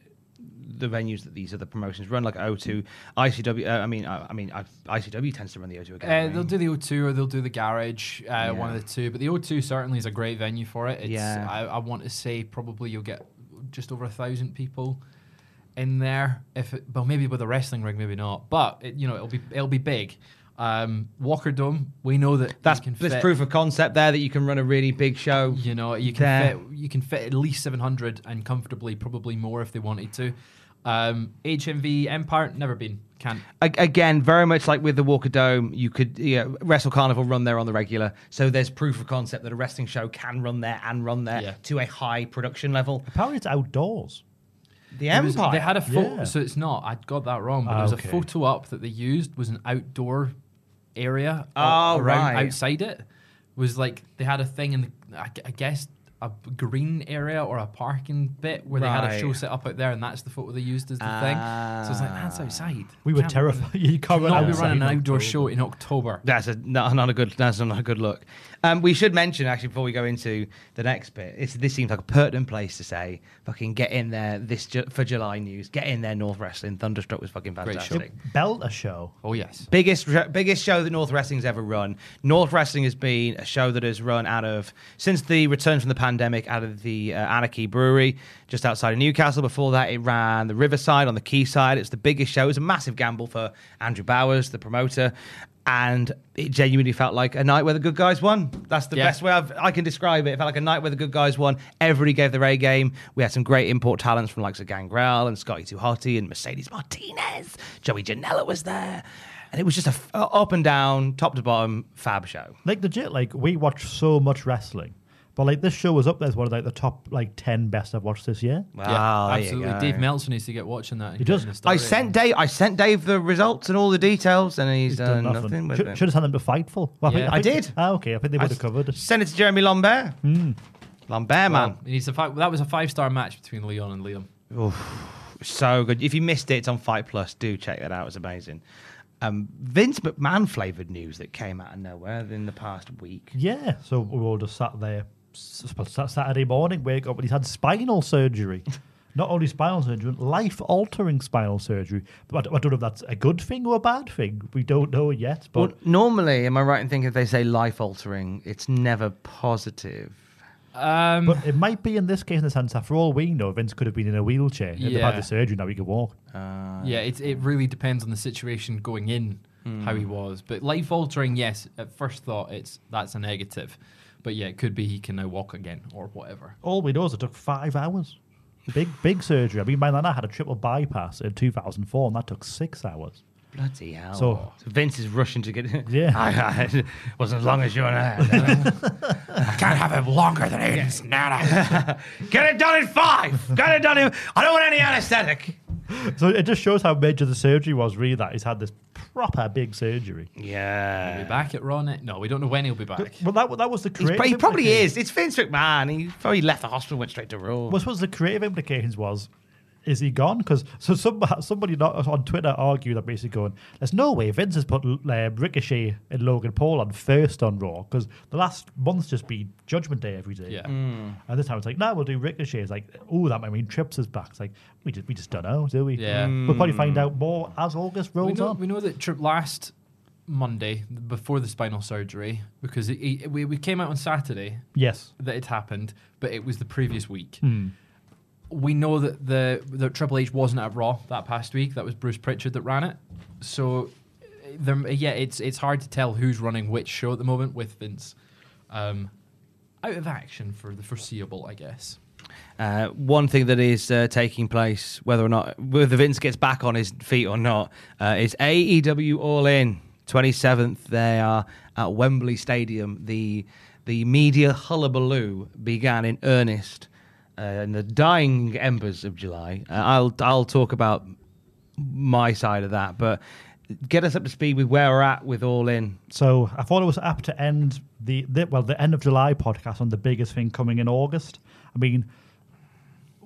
Speaker 3: the venues that these other promotions run, like O2, ICW. Uh, I mean, I, I mean, I, ICW tends to run the O2 again.
Speaker 2: Uh, they'll do the O2 or they'll do the Garage, uh, one of the two. But the O2 certainly is a great venue for it. It's,
Speaker 3: Yeah.
Speaker 2: I, I want to say probably you'll get just over a thousand people in there. If it, well, maybe with a wrestling ring, maybe not. But it, you know, it'll be it'll be big. Um, Walker Dome, we know that you
Speaker 3: that's
Speaker 2: can
Speaker 3: that's
Speaker 2: fit-
Speaker 3: proof of concept there that you can run a really big show.
Speaker 2: You know, you can
Speaker 3: there.
Speaker 2: fit you can fit at least 700 and comfortably, probably more if they wanted to. Um, HMV Empire, never been, can't.
Speaker 3: A- again, very much like with the Walker Dome, you could yeah, Wrestle Carnival run there on the regular. So there's proof of concept that a wrestling show can run there and run there
Speaker 2: Yeah.
Speaker 3: to a high production level.
Speaker 4: Apparently, it's outdoors.
Speaker 3: The
Speaker 2: There was-
Speaker 3: Empire.
Speaker 2: they had a photo,
Speaker 4: Yeah. Ah,
Speaker 2: so it's not. I got that wrong, but there was
Speaker 4: okay.
Speaker 2: a photo up that they used was an outdoor area uh,
Speaker 3: Oh,
Speaker 2: around
Speaker 3: right.
Speaker 2: outside it. Was like they had a thing, and I, gu- I guess a green area or a parking bit where they had a show
Speaker 3: Right.
Speaker 2: set up out there, and that's the photo they used as the thing. So it's like
Speaker 3: Ah.
Speaker 2: that's outside.
Speaker 4: We were
Speaker 2: Can't-
Speaker 4: terrified. You can't run
Speaker 2: Not be
Speaker 4: outside
Speaker 2: running an
Speaker 4: in
Speaker 2: outdoor
Speaker 4: October.
Speaker 2: show in October.
Speaker 3: That's a, not, not a good. That's not a good look. Um, we should mention actually before we go into the next bit. It's, this seems like a pertinent place to say, "Fucking get in there this ju- for July news. Get in there, North Wrestling. Thunderstruck was fucking
Speaker 2: Great
Speaker 3: fantastic.
Speaker 4: Belt a show.
Speaker 2: Oh yes.
Speaker 3: Biggest biggest show that North Wrestling's ever run. North Wrestling has been a show that has run out of since the return from the pandemic out of the uh, Anarchy Brewery just outside of Newcastle. Before that, it ran the Riverside on the Quayside. It's the biggest show. It was a massive gamble for Andrew Bowers, the promoter, and it genuinely felt like a night where the good guys won. That's the
Speaker 2: Yeah.
Speaker 3: best way I've, I can describe it. It felt like a night where the good guys won. Everybody gave their A game. We had some great import talents from likes of Gangrel and Scotty Tuhati and Mercedes Martinez. Joey Janela was there. And it was just a f- up and down, top to bottom, fab show.
Speaker 4: Like legit, like we watch so much wrestling, but like this show was up there as one of like the top like ten best I've watched this year.
Speaker 3: Wow,
Speaker 2: yeah,
Speaker 3: there you
Speaker 2: absolutely.
Speaker 3: go.
Speaker 2: Dave Meltzer needs to get watching that. and
Speaker 4: He
Speaker 2: getting
Speaker 4: does.
Speaker 2: the story
Speaker 3: I
Speaker 2: on
Speaker 3: sent Dave. I sent Dave the results and all the details, and he's,
Speaker 4: He's
Speaker 3: done, nothing. with
Speaker 4: should,
Speaker 3: it.
Speaker 4: should have sent them to Fightful. Well,
Speaker 2: Yeah.
Speaker 3: I
Speaker 4: think-
Speaker 3: did.
Speaker 4: Ah, okay. I think they would have covered. it.
Speaker 3: Send it to Jeremy Lambert. Lambert,
Speaker 2: Well,
Speaker 3: man,
Speaker 2: he needs to fight. That was a five star match between Leon and Liam.
Speaker 3: so good. If you missed it, it's on Fight Plus. Do check that out. It's amazing. Um, Vince McMahon flavored news that came out of nowhere in the past week.
Speaker 4: Yeah. So we all just sat there s- s- Saturday morning, wake up, and he's had spinal surgery. Not only spinal surgery, life altering spinal surgery. But I don't know if that's a good thing or a bad thing. We don't know yet. But
Speaker 3: Well, normally, am I right in thinking if they say life altering, it's never positive?
Speaker 2: Um,
Speaker 4: But it might be in this case in the sense that for all we know, Vince could have been in a wheelchair and they've had
Speaker 2: Yeah.
Speaker 4: the surgery now he could walk.
Speaker 2: yeah, it it really depends on the situation going in how he was. But life altering, yes. At first thought, it's that's a negative. But yeah, it could be he can now walk again or whatever.
Speaker 4: All we know is it took five hours. Big big surgery. I mean, my nana had a triple bypass in 2004, and that took six hours.
Speaker 3: Bloody hell.
Speaker 4: So-
Speaker 3: Vince is rushing to get.
Speaker 4: Yeah.
Speaker 3: I, I, it wasn't as long as you and I.
Speaker 2: Can't have him longer than eight is
Speaker 3: get it done in five. Get it done in. I don't want any anesthetic.
Speaker 4: So it just shows how major the surgery was, really, that he's had this proper big surgery.
Speaker 3: Yeah.
Speaker 2: Be back at Raw. ne- No, we don't know when he'll be back.
Speaker 4: Well, that, that was the
Speaker 3: He's
Speaker 4: creative.
Speaker 3: pr- he probably
Speaker 4: implication-
Speaker 3: is. It's Vince McMahon. He probably left the hospital, went straight to Raw.
Speaker 4: Well, I suppose the creative implications was, is he gone? Because so some, somebody not, on Twitter argued that basically going, there's no way Vince has put uh, Ricochet and Logan Paul on first on Raw because the last month's just been Judgment Day every day.
Speaker 2: Yeah.
Speaker 4: And this time it's like, no, we'll do Ricochet. It's like, oh, that might mean Trips is back. It's like, we just, we just don't know, do we?
Speaker 2: Yeah. Mm.
Speaker 4: We'll probably find out more as August
Speaker 2: We
Speaker 4: rolls
Speaker 2: know,
Speaker 4: on.
Speaker 2: we know that trip last Monday before the spinal surgery because it, it- we, we came out on Saturday
Speaker 4: Yes.
Speaker 2: that it happened, but it was the previous week. We know that the that Triple H wasn't at Raw that past week. That was Bruce Pritchard that ran it. So, uh, there, yeah, it's it's hard to tell who's running which show at the moment with Vince um, out of action for the foreseeable, I guess.
Speaker 3: Uh, one thing that is uh, taking place, whether or not whether Vince gets back on his feet or not, uh, is AEW All In. 27th, they are at Wembley Stadium. The the media hullabaloo began in earnest uh, in the dying embers of July. Uh, I'll I'll talk about my side of that, but get us up to speed with where we're at with All In.
Speaker 4: So I thought it was apt to end the, the well the end of July podcast on the biggest thing coming in August. I mean,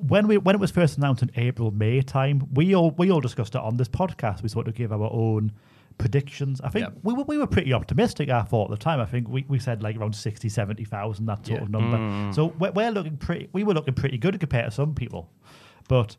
Speaker 4: when we when it was first announced in April May time, we all we all discussed it on this podcast. We sort of gave our own predictions. I think
Speaker 2: Yep.
Speaker 4: we, were, we were pretty optimistic. I thought at the time. I think we, we said like around 60, 70,000, that sort
Speaker 2: Yeah.
Speaker 4: of number. So we're, we're looking pretty. We were looking pretty good compared to some people, but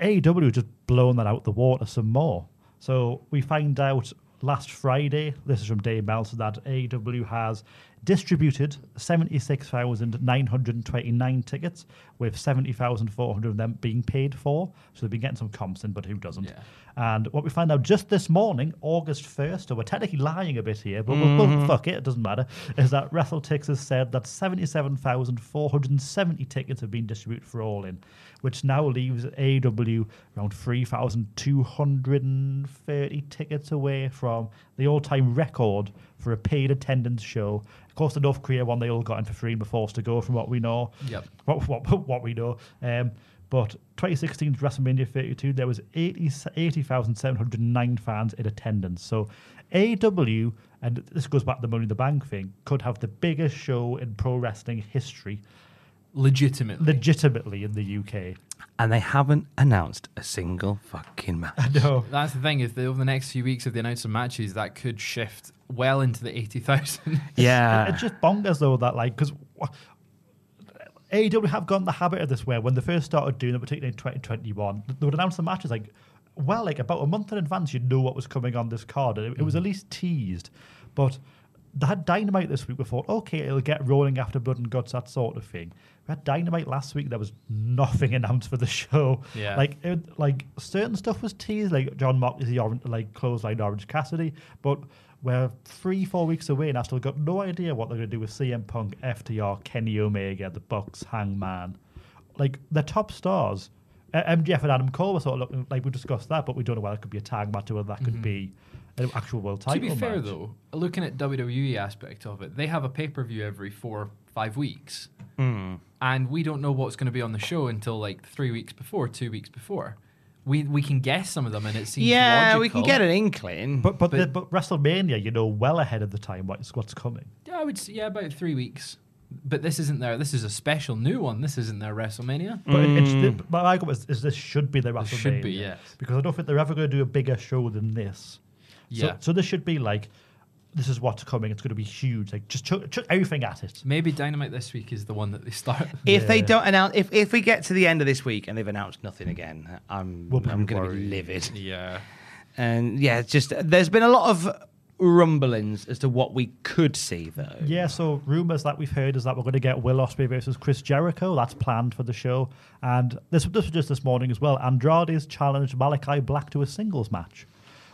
Speaker 4: AEW have E just blown that out the water some more. So we find out last Friday, this is from Dave Meltzer, that AEW has distributed 76,929 tickets, with 70,400 of them being paid for. So they've been getting some comps in, but who doesn't?
Speaker 2: Yeah.
Speaker 4: And what we find out just this morning, August 1st, so we're technically lying a bit here, but we'll, we'll fuck it, it doesn't matter, is that WrestleTix has said that 77,470 tickets have been distributed for All In, which now leaves AW around 3,230 tickets away from the all time record for a paid attendance show. Of course, the North Korea one they all got in for free and were forced to go, from what we know
Speaker 2: Yep.
Speaker 4: what, what, what we know. Um, but 2016's WrestleMania 32, there was 80 80,709 fans in attendance. So AW E and this goes back to the Money in the Bank thing, could have the biggest show in pro wrestling history,
Speaker 2: legitimately.
Speaker 4: legitimately in the UK.
Speaker 3: And they haven't announced a single fucking match.
Speaker 4: No.
Speaker 2: That's the thing. If they, over the next few weeks, if they announce some matches, that could shift well into the eighty thousand.
Speaker 3: Yeah.
Speaker 4: It's just bonkers though that like because AEW E have gotten the habit of this where when they first started doing it, particularly in 2021, they would announce the matches like well, like about a month in advance, you'd know what was coming on this card, and it, it was at least teased. But they had Dynamite this week. We thought, okay, it'll get rolling after Blood and Guts, that sort of thing. We had Dynamite last week. There was nothing announced for the show.
Speaker 2: Yeah.
Speaker 4: like it, like certain stuff was teased, like John Moxley, the orange, like clothesline Orange Cassidy, but we're three, four weeks away, and I still got no idea what they're going to do with CM Punk, FTR, Kenny Omega, The Bucks, Hangman. Like the top stars, uh, MJF and Adam Cole were sort of looking like we discussed that, but we don't know whether it could be a tag match or whether that could be an actual world title.
Speaker 2: Mm-hmm. to be fair,
Speaker 4: match.
Speaker 2: though, looking at WWE aspect of it, they have a pay per view every four five weeks,
Speaker 3: Hmm.
Speaker 2: and we don't know what's going to be on the show until like three weeks before, two weeks before. We we can guess some of them, and it seems
Speaker 3: Yeah, we can
Speaker 2: logical.
Speaker 3: get an inkling.
Speaker 4: But but, the, but WrestleMania, you know, well ahead of the time what's what's coming.
Speaker 2: Yeah, I would say, yeah about three weeks. But this isn't their. This is a special new one. This isn't their WrestleMania.
Speaker 4: But it- it's the, my argument is, is this should be the WrestleMania.
Speaker 2: Mm. should be, yes.
Speaker 4: Because I don't think they're ever going to do a bigger show than this.
Speaker 2: Yeah.
Speaker 4: So, so this should be like, this is what's coming. It's going to be huge. Like just chuck, chuck everything at it.
Speaker 2: Maybe Dynamite this week is the one that they start.
Speaker 3: if they don't announce, if, if we get to the end of this week and they've announced nothing again, I'm
Speaker 4: We'll be
Speaker 3: I'm going to be
Speaker 4: worried.
Speaker 3: livid.
Speaker 2: yeah.
Speaker 3: And yeah, it's just there's been a lot of rumblings as to what we could see though.
Speaker 4: Yeah.
Speaker 2: Um,
Speaker 4: So rumors that we've heard is that we're going to get Will Osprey versus Chris Jericho. That's planned for the show. And this this was just this morning as well. Andrade's challenged Malachi Black to a singles match.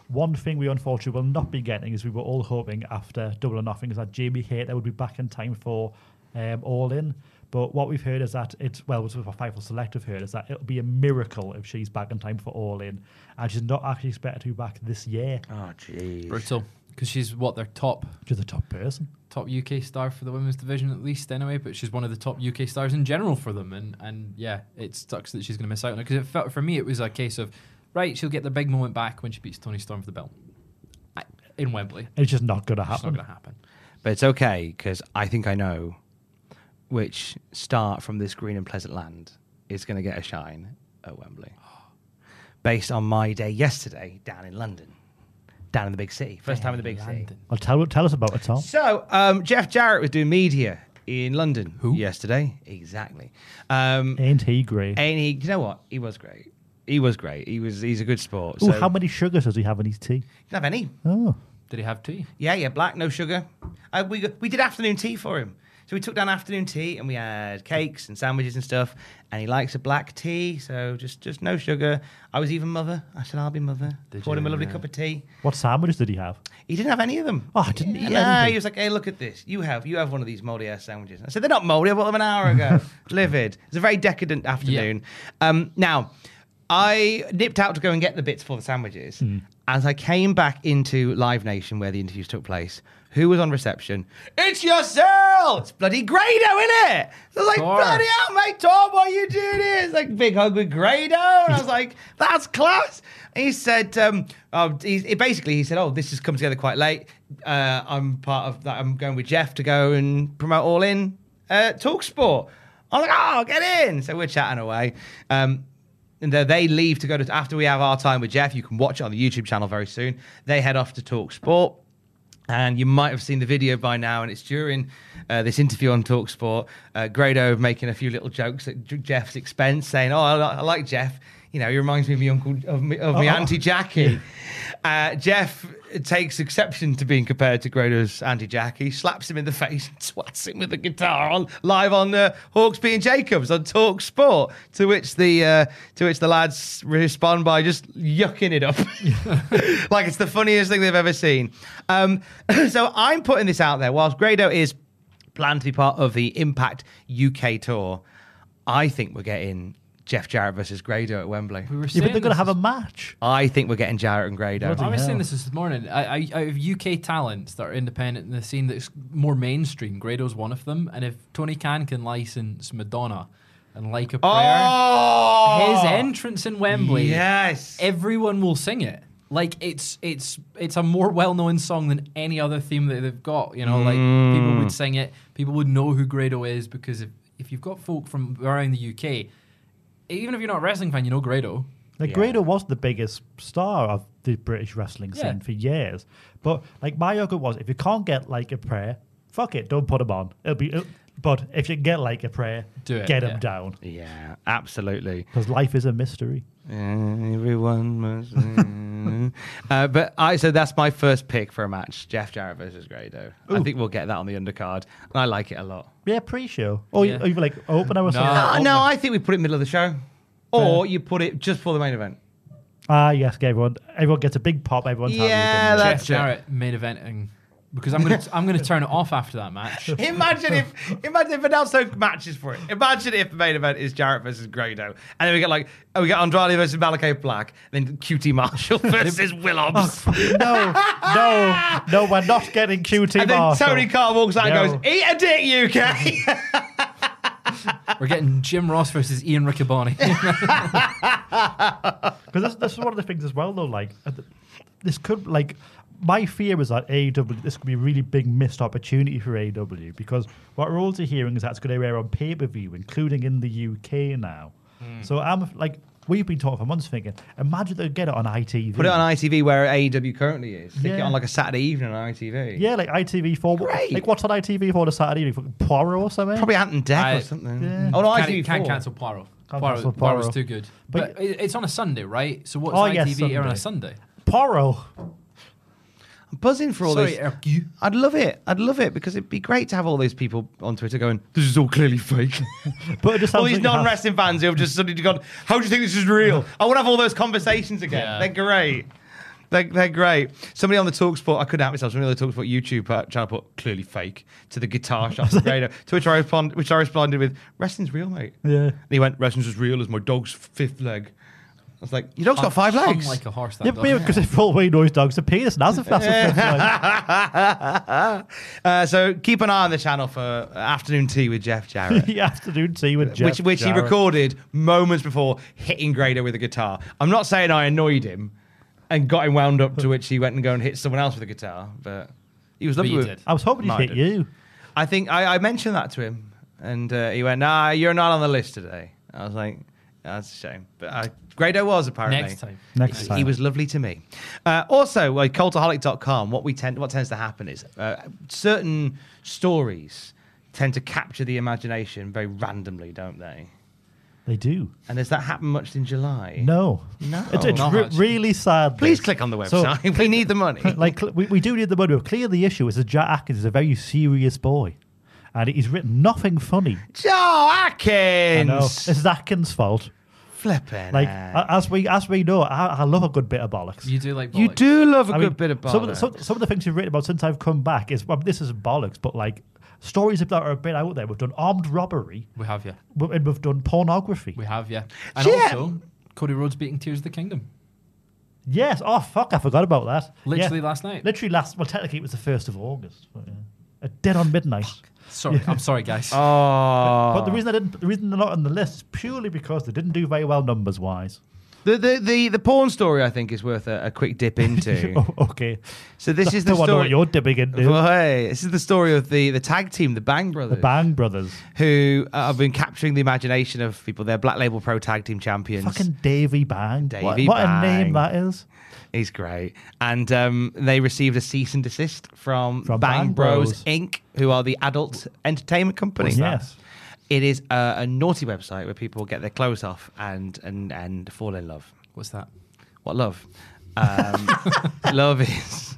Speaker 4: One thing we unfortunately will not be getting is we were all hoping after Double or Nothing is that Jamie Hayter would be back in time for um, All In. But what we've heard is that it's well, what Fightful Select have heard is that it'll be a miracle if she's back in time for All In, and she's not actually expected to be back this year.
Speaker 3: Oh jeez.
Speaker 2: Brutal. Because she's what their top
Speaker 4: She's the top person.
Speaker 2: top UK star for the women's division at least anyway, but she's one of the top UK stars in general for them, and and yeah, it sucks that she's going to miss out on it because it felt for me it was a case of right, she'll get the big moment back when she beats Tony Storm for the belt I, in Wembley.
Speaker 4: It's just not going to
Speaker 2: It's not
Speaker 4: happen.
Speaker 2: going to happen.
Speaker 3: But it's okay because I think I know which star from this green and pleasant land is going to get a shine at Wembley, based on my day yesterday down in London, down in the big city, first time in the big city.
Speaker 4: Well, tell tell us about it, Tom.
Speaker 3: So, um, Jeff Jarrett was doing media in London yesterday. Exactly. Um,
Speaker 4: Ain't he great?
Speaker 3: and he, you know what? He was great. He was great. He was. He's a good sport.
Speaker 4: Ooh,
Speaker 3: so-
Speaker 4: how many sugars does he have in his tea?
Speaker 3: Didn't have any.
Speaker 4: Oh,
Speaker 2: Did he have tea?
Speaker 3: Yeah, yeah, black, no sugar. Uh, we got- we did afternoon tea for him. So we took down afternoon tea and we had cakes and sandwiches and stuff. And he likes a black tea, so just just no sugar. I was even mother. I said I'll be mother. Poured him a lovely cup of tea.
Speaker 4: what sandwiches did he have?
Speaker 3: He didn't have any of them.
Speaker 4: Oh, I didn't eat
Speaker 3: Nah,
Speaker 4: anything.
Speaker 3: he was like, "Hey, look at this. You have you have one of these moldy ass sandwiches." I said, "They're not moldy. I bought them an hour ago." Livid. It was a very decadent afternoon. Um, now, I nipped out to go and get the bits for the sandwiches.
Speaker 4: Mm.
Speaker 3: As I came back into Live Nation, where the interviews took place, who was on reception? It's yourself. It's bloody Grado, innit? it? I was like,
Speaker 2: Sure.
Speaker 3: "Bloody hell, mate, Tom, why you doing here?" It's like big hug with Grado, and I was like, "That's class." And he said, um, oh, he, he basically, he said, "Oh, this has come together quite late. Uh, I'm part of that. I'm going with Jeff to go and promote All In uh, Talk Sport." I'm like, "Oh, get in!" So we're chatting away. Um, and then they leave to go to after we have our time with Jeff. You can watch it on the YouTube channel very soon. They head off to Talk Sport. And you might have seen the video by now, and it's during uh, this interview on Talksport. Uh, Grado making a few little jokes at J- Jeff's expense, saying, "Oh, I, li- I like Jeff. You know, he reminds me of my uncle, of me, of my auntie Jackie." Uh, Jeff takes exception to being compared to Grado's auntie Jackie, slaps him in the face, and twats him with the guitar on live on uh, Hawksby and Jacobs on Talksport. To which the uh, to which the lads respond by just yucking it up, like it's the funniest thing they've ever seen. Um, so I'm putting this out there. Whilst Grado is planned to be part of the Impact UK tour, I think we're getting Jeff Jarrett versus Grado at Wembley.
Speaker 2: We were
Speaker 4: Yeah,
Speaker 2: saying
Speaker 4: but they're going to
Speaker 2: this
Speaker 4: have a
Speaker 2: is-
Speaker 4: match.
Speaker 3: I think we're getting Jarrett and Grado.
Speaker 4: Bloody
Speaker 2: I was saying
Speaker 4: hell.
Speaker 2: this this morning. I, I, out of UK talents that are independent in the scene that's more mainstream, Grado's one of them. And if Tony Khan can license Madonna and Like a Prayer,
Speaker 3: Oh,
Speaker 2: his entrance in Wembley,
Speaker 3: Yes.
Speaker 2: everyone will sing it. Like it's it's it's a more well-known song than any other theme that they've got. You know, like people
Speaker 4: Mm.
Speaker 2: would sing it. People would know who Grado is because if if you've got folk from around the UK, even if you're not a wrestling fan, you know Grado.
Speaker 4: Like Grado was the biggest star of the British wrestling
Speaker 2: Yeah.
Speaker 4: scene for years, but like my argument was, if you can't get like a prayer, fuck it, don't put him on. It'll be. it- but if you can get like a prayer,
Speaker 2: Do it,
Speaker 4: get him
Speaker 2: yeah.
Speaker 4: down
Speaker 3: Yeah, absolutely.
Speaker 4: because life is a mystery.
Speaker 3: Everyone must. uh, but I so that's my first pick for a match: Jeff Jarrett versus Grado. I think we'll get that on the undercard, and I like it a lot.
Speaker 4: Yeah, pre-show. Or
Speaker 2: Yeah.
Speaker 4: you, or you like open or something.
Speaker 3: Uh, no, I think we put it middle of the show, or you put it just before the main event.
Speaker 4: Ah, yes, everyone. Everyone gets a big pop. Everyone's
Speaker 3: Yeah,
Speaker 4: happy.
Speaker 3: that's it.
Speaker 2: Jeff Jarrett main eventing because I'm gonna I'm gonna turn it off after that match.
Speaker 3: Imagine if imagine if announced no matches for it. Imagine if the main event is Jarrett versus Grado, and then we get like oh, we get Andrade versus Malakai Black, then QT Marshall versus Willobbs,
Speaker 4: no, no, no. We're not getting QT
Speaker 3: and then
Speaker 4: Marshall.
Speaker 3: Tony Carr walks out
Speaker 4: No.
Speaker 3: and goes, "Eat a dick, UK."
Speaker 2: We're getting Jim Ross versus Ian Riccaboni.
Speaker 4: Because this, this is one of the things as well, though. Like, uh, th- this could like my fear is that AEW this could be a really big missed opportunity for AEW because what we're also hearing is that's going to air on pay per view, including in the UK now.
Speaker 3: Hmm.
Speaker 4: So I'm like, we've been talking for months, thinking, imagine they get it on ITV.
Speaker 3: Put it on ITV where AEW currently is. Stick it
Speaker 4: Yeah.
Speaker 3: on like a Saturday evening on ITV.
Speaker 4: Yeah, like ITV four.
Speaker 3: Great.
Speaker 4: Like what's on ITV four on a Saturday evening? Fucking Poirot or something.
Speaker 3: Probably Ant and Deck
Speaker 2: I-
Speaker 3: or something.
Speaker 4: Yeah.
Speaker 3: Oh, no, ITV4.
Speaker 2: can't, can't cancel Poirot.
Speaker 4: Can't
Speaker 2: Poirot,
Speaker 4: cancel Poirot.
Speaker 2: Poirot's too good. But,
Speaker 4: But-
Speaker 2: it- it's on a Sunday, right? So what's
Speaker 4: Oh, yes,
Speaker 2: ITV air on a Sunday?
Speaker 4: Poirot.
Speaker 3: I'm buzzing for all
Speaker 2: Sorry,
Speaker 3: this.
Speaker 2: Eric, you.
Speaker 3: I'd love it. I'd love it because it'd be great to have all these people on Twitter going, "This is all clearly fake."
Speaker 4: But it just
Speaker 3: all these
Speaker 4: sounds like you have-
Speaker 3: non-wrestling fans who have just suddenly gone, "How do you think this is real?" I want to have all those conversations again.
Speaker 2: Yeah.
Speaker 3: They're great. They're, they're great. Somebody on the Talksport, I couldn't help myself. Somebody on the Talksport YouTube uh, channel put clearly fake to the guitar shop. to which I responded, which I responded with, "Wrestling's real, mate."
Speaker 4: Yeah.
Speaker 3: And he went, "Wrestling's as real as my dog's fifth leg." I was like, "Your dog's got five
Speaker 2: Hung
Speaker 3: legs."
Speaker 2: like a horse. That
Speaker 4: Yeah,
Speaker 2: dog.
Speaker 4: because if all we know is dogs, a penis. and That's a that's a thing, like-
Speaker 3: uh, so keep an eye on the channel for uh, afternoon tea with Jeff Jarrett.
Speaker 4: the afternoon tea with Jeff
Speaker 3: which which he
Speaker 4: Jarrett.
Speaker 3: recorded moments before hitting Grado with a guitar. I'm not saying I annoyed him and got him wound up to which he went and go and hit someone else with a guitar, but he was
Speaker 2: But
Speaker 3: lovely.
Speaker 2: you
Speaker 3: with-
Speaker 2: did.
Speaker 4: I was hoping
Speaker 3: No,
Speaker 4: he'd
Speaker 3: I
Speaker 4: hit
Speaker 3: didn't.
Speaker 4: you.
Speaker 3: I think I, I mentioned that to him, and uh, he went, "Nah, you're not on the list today." I was like, "That's a shame," but uh, Grado was apparently.
Speaker 2: Next time.
Speaker 4: Next
Speaker 3: he,
Speaker 4: time.
Speaker 3: he was lovely to me. Uh, also, like cultaholic.com, what we tend, what tends to happen is uh, certain stories tend to capture the imagination very randomly, don't they?
Speaker 4: They do.
Speaker 3: And has that happened much in July?
Speaker 4: No.
Speaker 3: No. Oh,
Speaker 4: It's, it's
Speaker 3: Not
Speaker 4: re-
Speaker 2: much.
Speaker 4: really sad.
Speaker 3: Please
Speaker 4: this.
Speaker 3: click on the
Speaker 4: So,
Speaker 3: website. we need the money.
Speaker 4: like, cl- we, we do need the money. But clear the issue is that Jack Atkins is a very serious boy. And he's written nothing funny.
Speaker 3: Joe
Speaker 4: I know.
Speaker 3: Atkins.
Speaker 4: It's Atkins' fault.
Speaker 3: Flipping.
Speaker 4: Like
Speaker 3: heck.
Speaker 4: a- as we as we know, I, I love a good bit of bollocks.
Speaker 2: You do like
Speaker 3: you
Speaker 2: bollocks.
Speaker 3: do love a
Speaker 4: I
Speaker 3: good
Speaker 4: mean,
Speaker 3: bit of bollocks.
Speaker 4: Some of, the, some, some of the things you've written about since I've come back is well, this is bollocks, but like stories that are a bit out there. We've done armed robbery,
Speaker 2: We have yeah.
Speaker 4: we- and we've done pornography.
Speaker 2: We have yeah. And
Speaker 3: Yeah.
Speaker 2: also, Cody Rhodes beating Tears of the Kingdom.
Speaker 4: Yes. Oh fuck! I forgot about that.
Speaker 2: Literally
Speaker 4: Yeah.
Speaker 2: last night.
Speaker 4: Literally last. Well, technically it was the first of August. But, yeah. Uh, Dead on midnight.
Speaker 2: Sorry, I'm sorry, guys.
Speaker 3: Oh.
Speaker 4: But the reason I didn't, the reason they're not on the list, is purely because they didn't do very well numbers wise.
Speaker 3: The, the, the, the porn story, I think, is worth a, a quick dip into.
Speaker 4: Oh, okay.
Speaker 3: so this is the
Speaker 4: Don't wanna know
Speaker 3: story.
Speaker 4: what you're dipping into.
Speaker 3: Well, hey, this is the story of the, the tag team, the Bang
Speaker 4: the
Speaker 3: Brothers,
Speaker 4: Bang Brothers.
Speaker 3: who uh, have been capturing the imagination of people. They're Black Label Pro Tag Team champions.
Speaker 4: Fucking Davy Bang.
Speaker 3: Davey
Speaker 4: what, what
Speaker 3: Bang.
Speaker 4: a name that is.
Speaker 3: He's great. And um, they received a cease and desist from,
Speaker 4: From
Speaker 3: Bang,
Speaker 4: Bang
Speaker 3: Bros.
Speaker 4: Bros.
Speaker 3: Inc., who are the adult entertainment company.
Speaker 4: What's that? Yes.
Speaker 3: It is a, a naughty website where people get their clothes off and, and, and fall in love.
Speaker 2: What's that?
Speaker 3: What love? Um, love is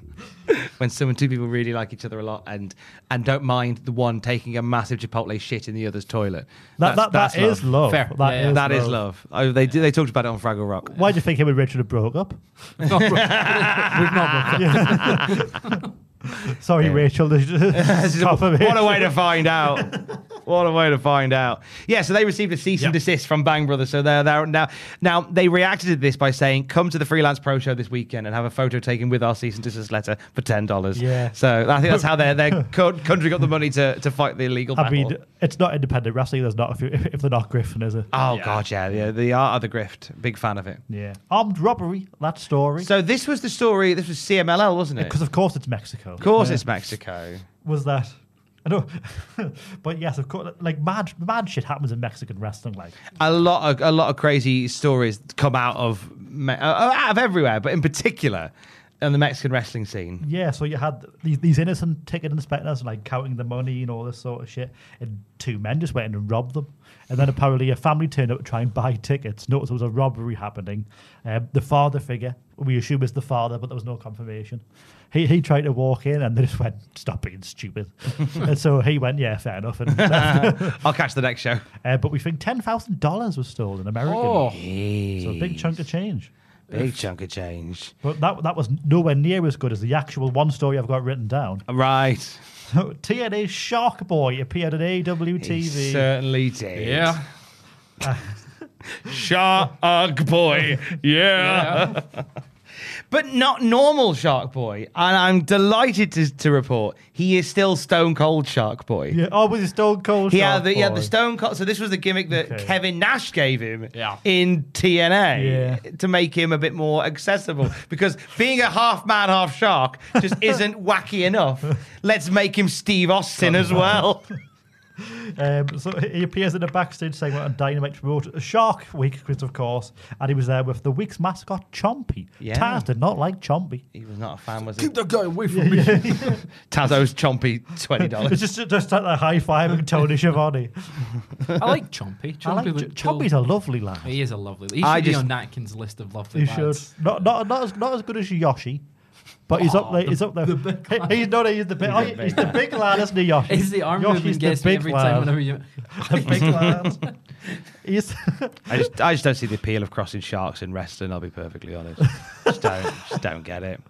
Speaker 3: when someone, two people really like each other a lot and, and don't mind the one taking a massive Chipotle shit in the other's toilet.
Speaker 4: That, that,
Speaker 3: that's
Speaker 4: that is love.
Speaker 2: Fair.
Speaker 4: That
Speaker 2: Yeah, yeah.
Speaker 4: is
Speaker 3: That
Speaker 4: love.
Speaker 3: is love. Oh, they, did- they talked about it on Fraggle Rock.
Speaker 4: Why do
Speaker 2: Oh,
Speaker 4: you think him and Richard have broke up?
Speaker 2: We've not broken.
Speaker 4: Sorry, Rachel.
Speaker 3: This is a-
Speaker 4: Confirmation.
Speaker 3: what a way to find out. What a way to find out. Yeah, so they received a cease and
Speaker 4: Yep.
Speaker 3: desist from Bang Brothers. So they're, they're now now they reacted to this by saying, "Come to the Freelance Pro Show this weekend and have a photo taken with our cease and desist letter for ten dollars."
Speaker 4: Yeah.
Speaker 3: So I think that's how they're they're co- conjuring up the money to, to fight the illegal
Speaker 4: I
Speaker 3: battle.
Speaker 4: mean, it's not independent wrestling. There's not if, you- if they're not Griffin, is it?
Speaker 3: oh god, yeah, yeah, the art of the grift. Big fan of it.
Speaker 4: Yeah, armed robbery. That story.
Speaker 3: So this was the story. This was CMLL, wasn't it?
Speaker 4: because of course it's Mexico.
Speaker 3: of course,
Speaker 4: Yeah.
Speaker 3: it's Mexico.
Speaker 4: was that. I know, but yes, of course. Like mad, mad shit happens in Mexican wrestling. Like
Speaker 3: a lot of a lot of crazy stories come out of Me- uh, out of everywhere, but in particular on the Mexican wrestling scene.
Speaker 4: Yeah, so you had these, these innocent ticket inspectors like counting the money and all this sort of shit, and two men just went in and robbed them. And then apparently a family turned up to try and buy tickets. Noticed there was a robbery happening. Um, the father figure, we assume is the father, but there was no confirmation. He he tried to walk in, and they just went, "Stop being stupid." and so he went, "Yeah, fair enough." And left.
Speaker 3: I'll catch the next show.
Speaker 4: uh, but we think ten thousand dollars was stolen, American.
Speaker 2: Oh,
Speaker 4: So a big chunk of change.
Speaker 3: Big chunk of change.
Speaker 4: But that that was nowhere near as good as the actual one story I've got written down.
Speaker 3: Right.
Speaker 4: TNA Shark Boy appeared on AW
Speaker 3: He
Speaker 4: TV.
Speaker 2: uh,
Speaker 3: certainly did.
Speaker 2: yeah.
Speaker 3: Shark Boy. Yeah.
Speaker 2: yeah.
Speaker 3: But not normal Shark Boy. And I'm delighted to, to report he is still Stone Cold Shark Boy.
Speaker 4: yeah. Oh, was it Stone Cold
Speaker 3: He
Speaker 4: Shark
Speaker 3: had the, he had the
Speaker 4: Boy?
Speaker 3: Stone Cold. So this was the gimmick that
Speaker 4: Okay.
Speaker 3: Kevin Nash gave him
Speaker 2: Yeah.
Speaker 3: in TNA
Speaker 4: Yeah.
Speaker 3: to make him a bit more accessible because being a half man, half shark just isn't wacky enough. Let's make him Steve Austin as well.
Speaker 4: Um, so he appears in a backstage segment on Dynamite to promote Shark Week, because of course, and he was there with the week's mascot Chompy.
Speaker 3: Yeah.
Speaker 4: Taz did not like Chompy.
Speaker 3: He was not a fan, was he?
Speaker 2: that guy away from me.
Speaker 3: Tazo's chompy twenty
Speaker 4: It's
Speaker 3: dollars.
Speaker 4: just just like the high fiving Tony Schiavone.
Speaker 2: I like Chompy. Chompy
Speaker 4: I like
Speaker 2: looked
Speaker 4: Ch- Chompy's
Speaker 2: cool.
Speaker 4: a lovely lad.
Speaker 2: He is a lovely. He should
Speaker 3: I
Speaker 2: be
Speaker 3: just-
Speaker 2: on Natkin's list of lovely
Speaker 4: He should
Speaker 2: lads.
Speaker 4: not not not as not as good as Yoshi, but he's up there. he's up there. He- he's not. He's the big. oh,
Speaker 3: the big
Speaker 4: he's the big lad, isn't he? Yoshi.
Speaker 2: Is the arm
Speaker 4: Yoshi's
Speaker 2: movement
Speaker 4: the
Speaker 2: gets me
Speaker 4: big
Speaker 2: every
Speaker 4: lad.
Speaker 2: time whenever you.
Speaker 4: The big lad. He's.
Speaker 3: I just, I just don't see the appeal of crossing sharks in wrestling. I'll be perfectly honest. Just don't, just don't get it.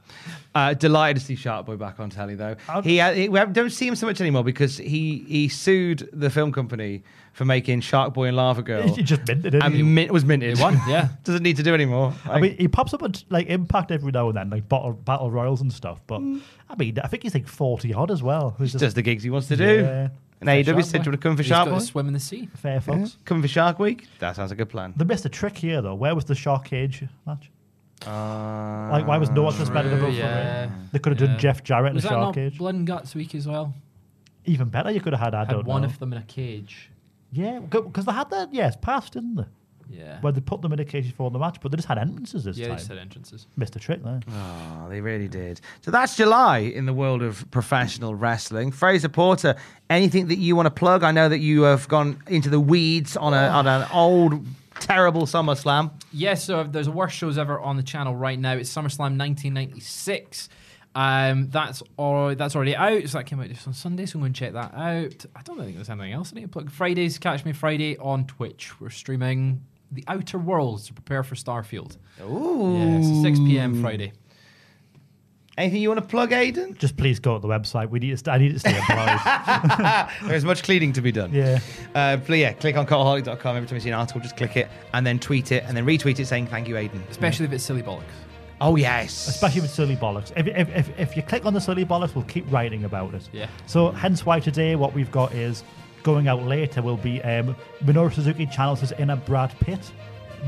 Speaker 3: Uh, delighted to see Shark Boy back on telly though.
Speaker 4: I'm-
Speaker 3: He, uh, he- we haven't- don't see him so much anymore because he he sued the film company for making Shark Boy and Lava Girl.
Speaker 4: He just minted it.
Speaker 3: and mint was minted.
Speaker 2: He won, yeah.
Speaker 3: doesn't need to do anymore.
Speaker 4: I mean, he pops up at like Impact every now and then, like battle, battle royals and stuff. But I mean, I think he's like forty odd as well. Who's
Speaker 3: does the gigs he wants to do.
Speaker 4: Yeah.
Speaker 3: And AEW said, "Do
Speaker 2: Shark
Speaker 3: you
Speaker 2: Boy.
Speaker 3: want to come for
Speaker 2: He's
Speaker 3: Shark
Speaker 2: gotta
Speaker 3: Boy?
Speaker 2: swim in the sea.
Speaker 4: fair fox?
Speaker 3: Come for Shark Week? That sounds like a plan."
Speaker 4: They missed a trick here though. Where was the shark cage match?
Speaker 3: Uh,
Speaker 4: Like, why was no one suspended above
Speaker 2: yeah.
Speaker 4: for it? They could have
Speaker 2: Yeah.
Speaker 4: done Jeff Jarrett in
Speaker 2: Was
Speaker 4: the
Speaker 2: that
Speaker 4: shark
Speaker 2: not
Speaker 4: cage.
Speaker 2: Blood and Guts week as well?
Speaker 4: Even better, you could have had. I
Speaker 2: Had
Speaker 4: don't
Speaker 2: one
Speaker 4: know.
Speaker 2: of them in a cage.
Speaker 4: yeah, because they had that. Yes, past didn't they?
Speaker 2: Yeah.
Speaker 4: Where they put them in a cage before the match, but they just had entrances this
Speaker 2: yeah, they
Speaker 4: time.
Speaker 2: just had entrances.
Speaker 4: Missed a trick there.
Speaker 3: Oh, they really did. So that's July in the world of professional wrestling. Fraser Porter, anything that you want to plug? I know that you have gone into the weeds on a on an old terrible SummerSlam.
Speaker 2: Yes, so there's the worst shows ever on the channel right now. It's SummerSlam 1996. Um, that's all. That's already out. So that came out just on Sunday. So I'm going to check that out. I don't think there's anything else I need to plug. Fridays, catch me Friday on Twitch. We're streaming The Outer Worlds to prepare for Starfield.
Speaker 3: Ooh.
Speaker 2: Yeah, so 6 p.m. Friday.
Speaker 3: Anything you want to plug, Aiden?
Speaker 4: Just please go to the website. We need. To st- I need to stay employed.
Speaker 3: There's much cleaning to be done.
Speaker 4: yeah.
Speaker 3: Uh, but yeah, click on cultaholic.com. Every time you see an article, just click it and then tweet it and then retweet it saying thank you, Aiden.
Speaker 2: Especially if it's silly bollocks.
Speaker 3: Oh, yes.
Speaker 4: especially with silly bollocks. If, if, if, if you click on the silly bollocks, we'll keep writing about it.
Speaker 2: Yeah.
Speaker 4: So hence why today what we've got is going out later will be um, Minoru Suzuki channels his inner Brad Pitt.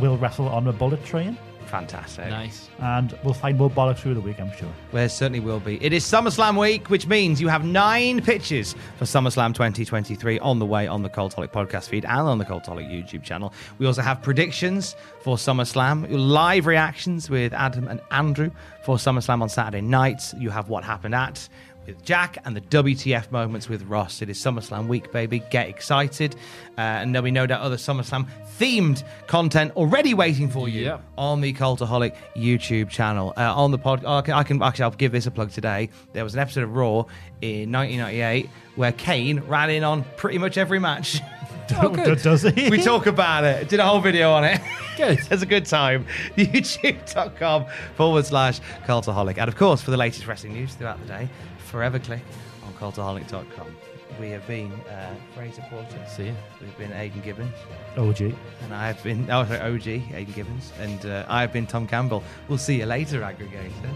Speaker 4: We'll wrestle on a bullet train,
Speaker 3: Fantastic.
Speaker 2: Nice.
Speaker 4: and we'll find more bollocks through the week. I'm sure.
Speaker 3: Well, there certainly will be. It is SummerSlam week, which means you have nine pitches for SummerSlam 2023 on the way on the Coltolic podcast feed and on the Coltolic YouTube channel. We also have predictions for SummerSlam, live reactions with Adam and Andrew for SummerSlam on Saturday night. You have what happened at with Jack and the WTF moments with Ross. It is SummerSlam week, baby. Get excited. Uh, and there'll be no doubt other SummerSlam themed content already waiting for you
Speaker 2: Yep.
Speaker 3: on the Cultaholic YouTube channel. Uh, on the pod, I can, I can actually I'll give this a plug today. There was an episode of Raw in 1998 where Kane ran in on pretty much every match.
Speaker 2: Oh, good.
Speaker 4: Does he?
Speaker 3: We talk about it. Did a whole video on it.
Speaker 2: Good.
Speaker 3: It's a good time. YouTube.com forward slash cultaholic. And of course, for the latest wrestling news throughout the day, forever click on cultaholic.com. We have been uh, Fraser Porter.
Speaker 2: See ya.
Speaker 3: We've been Aidan Gibbons.
Speaker 4: Oh, gee.
Speaker 3: And I've been, oh, sorry, OG, Aidan Gibbons. And uh, I've been Tom Campbell. We'll see you later, aggregator.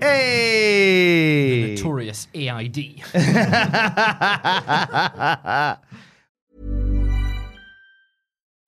Speaker 3: Hey!
Speaker 2: Notorious AID.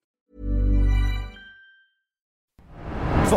Speaker 3: For